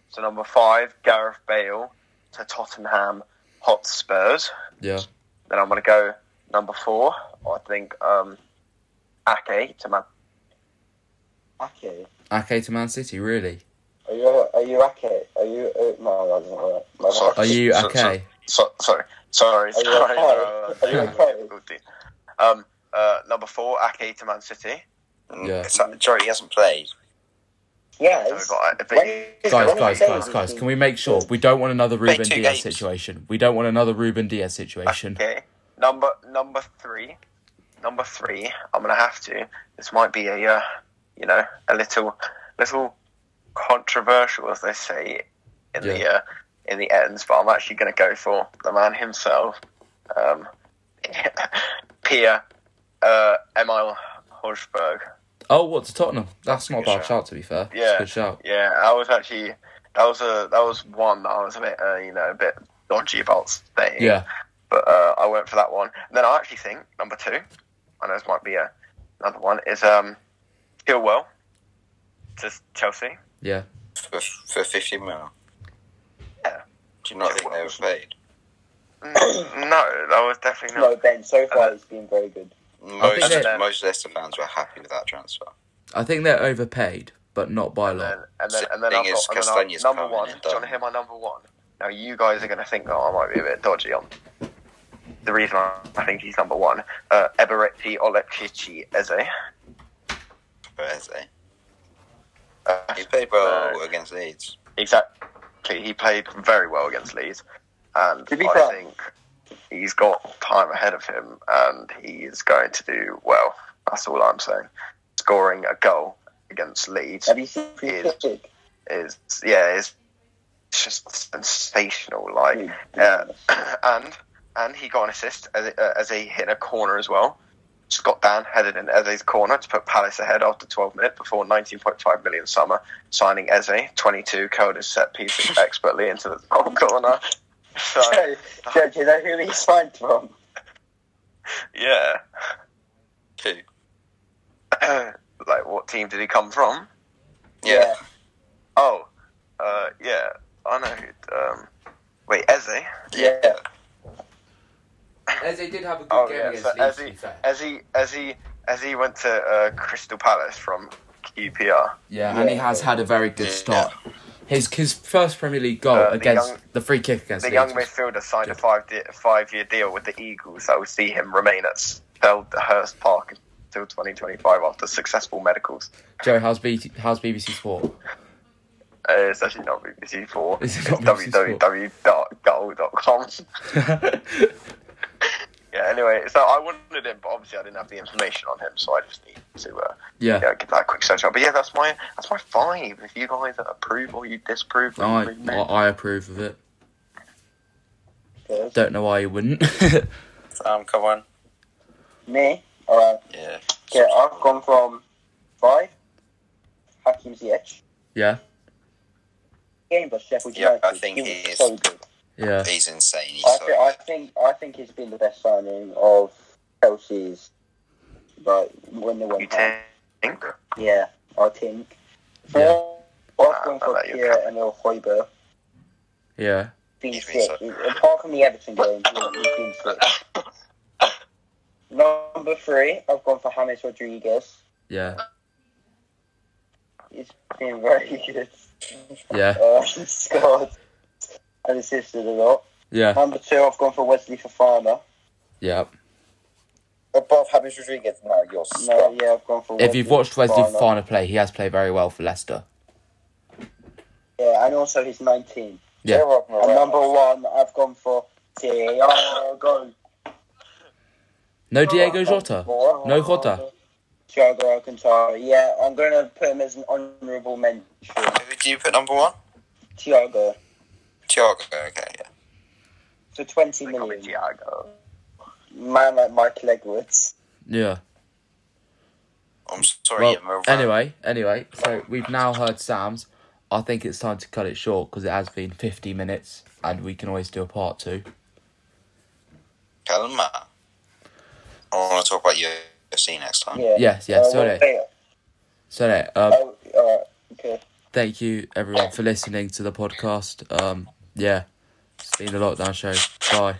[SPEAKER 4] So number five, Gareth Bale to Tottenham Hotspurs.
[SPEAKER 1] yeah,
[SPEAKER 4] Then I'm going to go number four. I think um, Ake to Man.
[SPEAKER 3] Ake.
[SPEAKER 1] Ake to Man City. Really?
[SPEAKER 3] Are you, are you Ake? Are you, uh, no, that doesn't work. My
[SPEAKER 4] Sorry.
[SPEAKER 3] bad.
[SPEAKER 1] Are you
[SPEAKER 4] So- so-
[SPEAKER 1] Ake?
[SPEAKER 4] So, sorry, sorry,
[SPEAKER 3] Are you
[SPEAKER 4] sorry.
[SPEAKER 3] okay?
[SPEAKER 4] uh,
[SPEAKER 3] Are you
[SPEAKER 4] yeah,
[SPEAKER 3] okay?
[SPEAKER 4] [laughs] difficulty. Um, uh, number four, Ake to Man City.
[SPEAKER 2] Mm,
[SPEAKER 1] Yeah.
[SPEAKER 2] So- Sorry, he hasn't played.
[SPEAKER 3] Yeah,
[SPEAKER 4] So we've
[SPEAKER 3] it's-
[SPEAKER 4] got, uh,
[SPEAKER 3] when-
[SPEAKER 4] but-
[SPEAKER 1] Guys,
[SPEAKER 3] when
[SPEAKER 1] guys,
[SPEAKER 3] you say
[SPEAKER 1] guys,
[SPEAKER 3] these
[SPEAKER 1] guys!
[SPEAKER 3] things-
[SPEAKER 1] Can we make sure we don't want another
[SPEAKER 2] Play
[SPEAKER 1] Ruben
[SPEAKER 2] two
[SPEAKER 1] Diaz
[SPEAKER 2] games.
[SPEAKER 1] situation? We don't want another Ruben Diaz situation.
[SPEAKER 4] Okay, number number three, number three. I'm gonna have to. This might be a uh, you know a little little controversial, as they say in the
[SPEAKER 1] Yeah.
[SPEAKER 4] uh, in the ends. But I'm actually gonna go for the man himself, um, [laughs] Pierre uh, Emil Horsberg.
[SPEAKER 1] Oh, what to Tottenham? That's not a
[SPEAKER 4] Good
[SPEAKER 1] bad
[SPEAKER 4] shout.
[SPEAKER 1] shout, to be fair. It's a
[SPEAKER 4] Yeah.
[SPEAKER 1] good shout.
[SPEAKER 4] Yeah, I was actually that was a that was one that I was a bit uh, you know a bit dodgy about saying.
[SPEAKER 1] Yeah,
[SPEAKER 4] but uh, I went for that one. And then I actually think number two, I know this might be a, another one, is um, Chilwell to Chelsea.
[SPEAKER 1] yeah.
[SPEAKER 2] For, for 50 mil?
[SPEAKER 4] Yeah.
[SPEAKER 2] Do you not think they were played?
[SPEAKER 4] Mm, no, that was definitely
[SPEAKER 3] No,
[SPEAKER 4] not.
[SPEAKER 3] Ben, so far he's been very good.
[SPEAKER 2] Most,
[SPEAKER 1] they-
[SPEAKER 2] most Leicester fans were happy with that transfer.
[SPEAKER 1] I think they're overpaid, but not by a
[SPEAKER 4] And
[SPEAKER 1] lot.
[SPEAKER 4] then, and then, and then
[SPEAKER 2] Thing
[SPEAKER 4] I've got
[SPEAKER 2] is,
[SPEAKER 4] and then I've-
[SPEAKER 2] Castagne's
[SPEAKER 4] number
[SPEAKER 2] coming
[SPEAKER 4] one.
[SPEAKER 2] in,
[SPEAKER 4] Do you want
[SPEAKER 2] don't-
[SPEAKER 4] to hear my number one? Now you guys are going to think that I might be a bit dodgy on. The reason I I think he's number one, uh, Eberetti Oleksici Eze.
[SPEAKER 2] Where is he?
[SPEAKER 4] Uh,
[SPEAKER 2] He played well
[SPEAKER 4] No.
[SPEAKER 2] against Leeds.
[SPEAKER 4] Exactly. He played very well against Leeds. And
[SPEAKER 3] To be
[SPEAKER 4] I
[SPEAKER 3] fair-
[SPEAKER 4] think he's got time ahead of him and he's going to do well. That's all I'm saying. Scoring a goal against Leeds
[SPEAKER 3] Have you seen free
[SPEAKER 4] Is-
[SPEAKER 3] kick?
[SPEAKER 4] is, yeah, is just sensational. Like, uh,
[SPEAKER 3] Ridiculous.
[SPEAKER 4] [clears throat] and and he got an assist as, uh, as he hit a corner as well. Scott Dan headed in Eze's corner to put Palace ahead after 12 minutes before 19.5 million summer signing Eze, 22, curled his set
[SPEAKER 1] [laughs]
[SPEAKER 4] piece expertly into the goal corner. So,
[SPEAKER 3] [laughs] Joe, Joe, do you know who he's signed from?
[SPEAKER 4] yeah.
[SPEAKER 2] Who?
[SPEAKER 4] [clears throat] like, what team did he come from?
[SPEAKER 2] Yeah.
[SPEAKER 4] Oh, uh, yeah, I know who. Um, wait, Eze?
[SPEAKER 3] Yeah.
[SPEAKER 1] Eze did did have a good
[SPEAKER 4] Oh
[SPEAKER 1] game
[SPEAKER 4] yeah, so
[SPEAKER 1] against Leeds.
[SPEAKER 4] as
[SPEAKER 1] to
[SPEAKER 4] he
[SPEAKER 1] be fair.
[SPEAKER 4] as he as he as he went to uh, Crystal Palace from QPR.
[SPEAKER 1] Yeah, and he has had a very good
[SPEAKER 2] Yeah.
[SPEAKER 1] start. His his first Premier League goal
[SPEAKER 4] Uh, the
[SPEAKER 1] against
[SPEAKER 4] young-
[SPEAKER 1] the free kick against
[SPEAKER 4] The young
[SPEAKER 1] Leeds. was-
[SPEAKER 4] midfielder signed a
[SPEAKER 1] Good.
[SPEAKER 4] five de- five year deal with the Eagles that will see him remain at Selhurst Park until 2025 after successful medicals.
[SPEAKER 1] Joe, how's, B- how's BBC Sport?
[SPEAKER 4] Uh, it's actually not BBC Four.
[SPEAKER 1] It's
[SPEAKER 4] It's,
[SPEAKER 1] not BBC Four.
[SPEAKER 4] www.goal.com. [laughs] yeah. Anyway, so I wanted him, but obviously I didn't have the information on him, so I just need to uh,
[SPEAKER 1] yeah.
[SPEAKER 4] yeah give that a quick search up. But yeah, that's my that's my five. If you guys approve or you disapprove,
[SPEAKER 1] I,
[SPEAKER 4] leave
[SPEAKER 1] I
[SPEAKER 4] me.
[SPEAKER 1] I approve of it.
[SPEAKER 3] Yes.
[SPEAKER 1] Don't know why you wouldn't. [laughs]
[SPEAKER 2] Um, come on.
[SPEAKER 3] Me? Alright.
[SPEAKER 2] Yeah.
[SPEAKER 3] Okay, I've gone from five, Hakim Ziyech.
[SPEAKER 1] yeah,
[SPEAKER 3] Game versus Sheffield
[SPEAKER 2] Yeah,
[SPEAKER 3] United.
[SPEAKER 2] I think
[SPEAKER 3] was
[SPEAKER 2] he is.
[SPEAKER 3] so good.
[SPEAKER 1] yeah,
[SPEAKER 2] He's insane. He's
[SPEAKER 3] I,
[SPEAKER 2] so-
[SPEAKER 3] thi- I think I think he's been the best signing of Chelsea's like when they
[SPEAKER 4] You
[SPEAKER 3] went down.
[SPEAKER 4] think?
[SPEAKER 3] Yeah, I think. For
[SPEAKER 1] Yeah.
[SPEAKER 4] Nah,
[SPEAKER 3] I've gone
[SPEAKER 4] I
[SPEAKER 3] for
[SPEAKER 4] like your
[SPEAKER 3] Pierre and El Hoiber.
[SPEAKER 1] yeah.
[SPEAKER 3] Been
[SPEAKER 2] He's been
[SPEAKER 3] sick. Apart from the Everton game, he- he's been
[SPEAKER 4] [laughs]
[SPEAKER 3] sick. Number three, I've gone for James Rodriguez.
[SPEAKER 1] Yeah,
[SPEAKER 3] He's been very [laughs] good.
[SPEAKER 1] yeah,
[SPEAKER 3] Uh, [laughs] he scored and assisted a lot.
[SPEAKER 1] yeah,
[SPEAKER 3] Number two, I've gone for Wesley Fofana.
[SPEAKER 1] yeah.
[SPEAKER 5] Above James Rodriguez, no, you're
[SPEAKER 3] No,
[SPEAKER 5] stuck.
[SPEAKER 3] yeah, I've gone for.
[SPEAKER 1] If you've watched Wesley
[SPEAKER 3] Fofana.
[SPEAKER 1] Fofana play, he has played very well for Leicester.
[SPEAKER 3] Yeah, and also he's 19.
[SPEAKER 1] Yeah.
[SPEAKER 5] Gerard Moreno.
[SPEAKER 3] And number one, I've gone for Thiago.
[SPEAKER 1] No Diego Jota. No Jota.
[SPEAKER 3] Thiago Alcantara. Yeah, I'm going to put him as an honourable mention.
[SPEAKER 2] Who do you put number one?
[SPEAKER 3] Thiago.
[SPEAKER 2] Tiago. Okay. Yeah.
[SPEAKER 3] For 20
[SPEAKER 4] Think of it,
[SPEAKER 3] million.
[SPEAKER 4] Thiago.
[SPEAKER 3] Man like Michael Edwards.
[SPEAKER 1] Yeah.
[SPEAKER 2] I'm sorry.
[SPEAKER 1] Well,
[SPEAKER 2] yeah, Moreno.
[SPEAKER 1] anyway, anyway. So we've now heard Sam's. I think it's time to cut it short because it has been 50 minutes, and we can always do a part two.
[SPEAKER 2] Kalma. I want to talk about UFC next time.
[SPEAKER 3] Yeah.
[SPEAKER 1] Yes, yes,
[SPEAKER 3] Uh,
[SPEAKER 1] sorry.
[SPEAKER 3] wait,
[SPEAKER 1] So, yeah, um,
[SPEAKER 3] Oh, alright, okay.
[SPEAKER 1] thank you everyone for listening to the podcast. Um, yeah, it's been the lockdown show. Bye.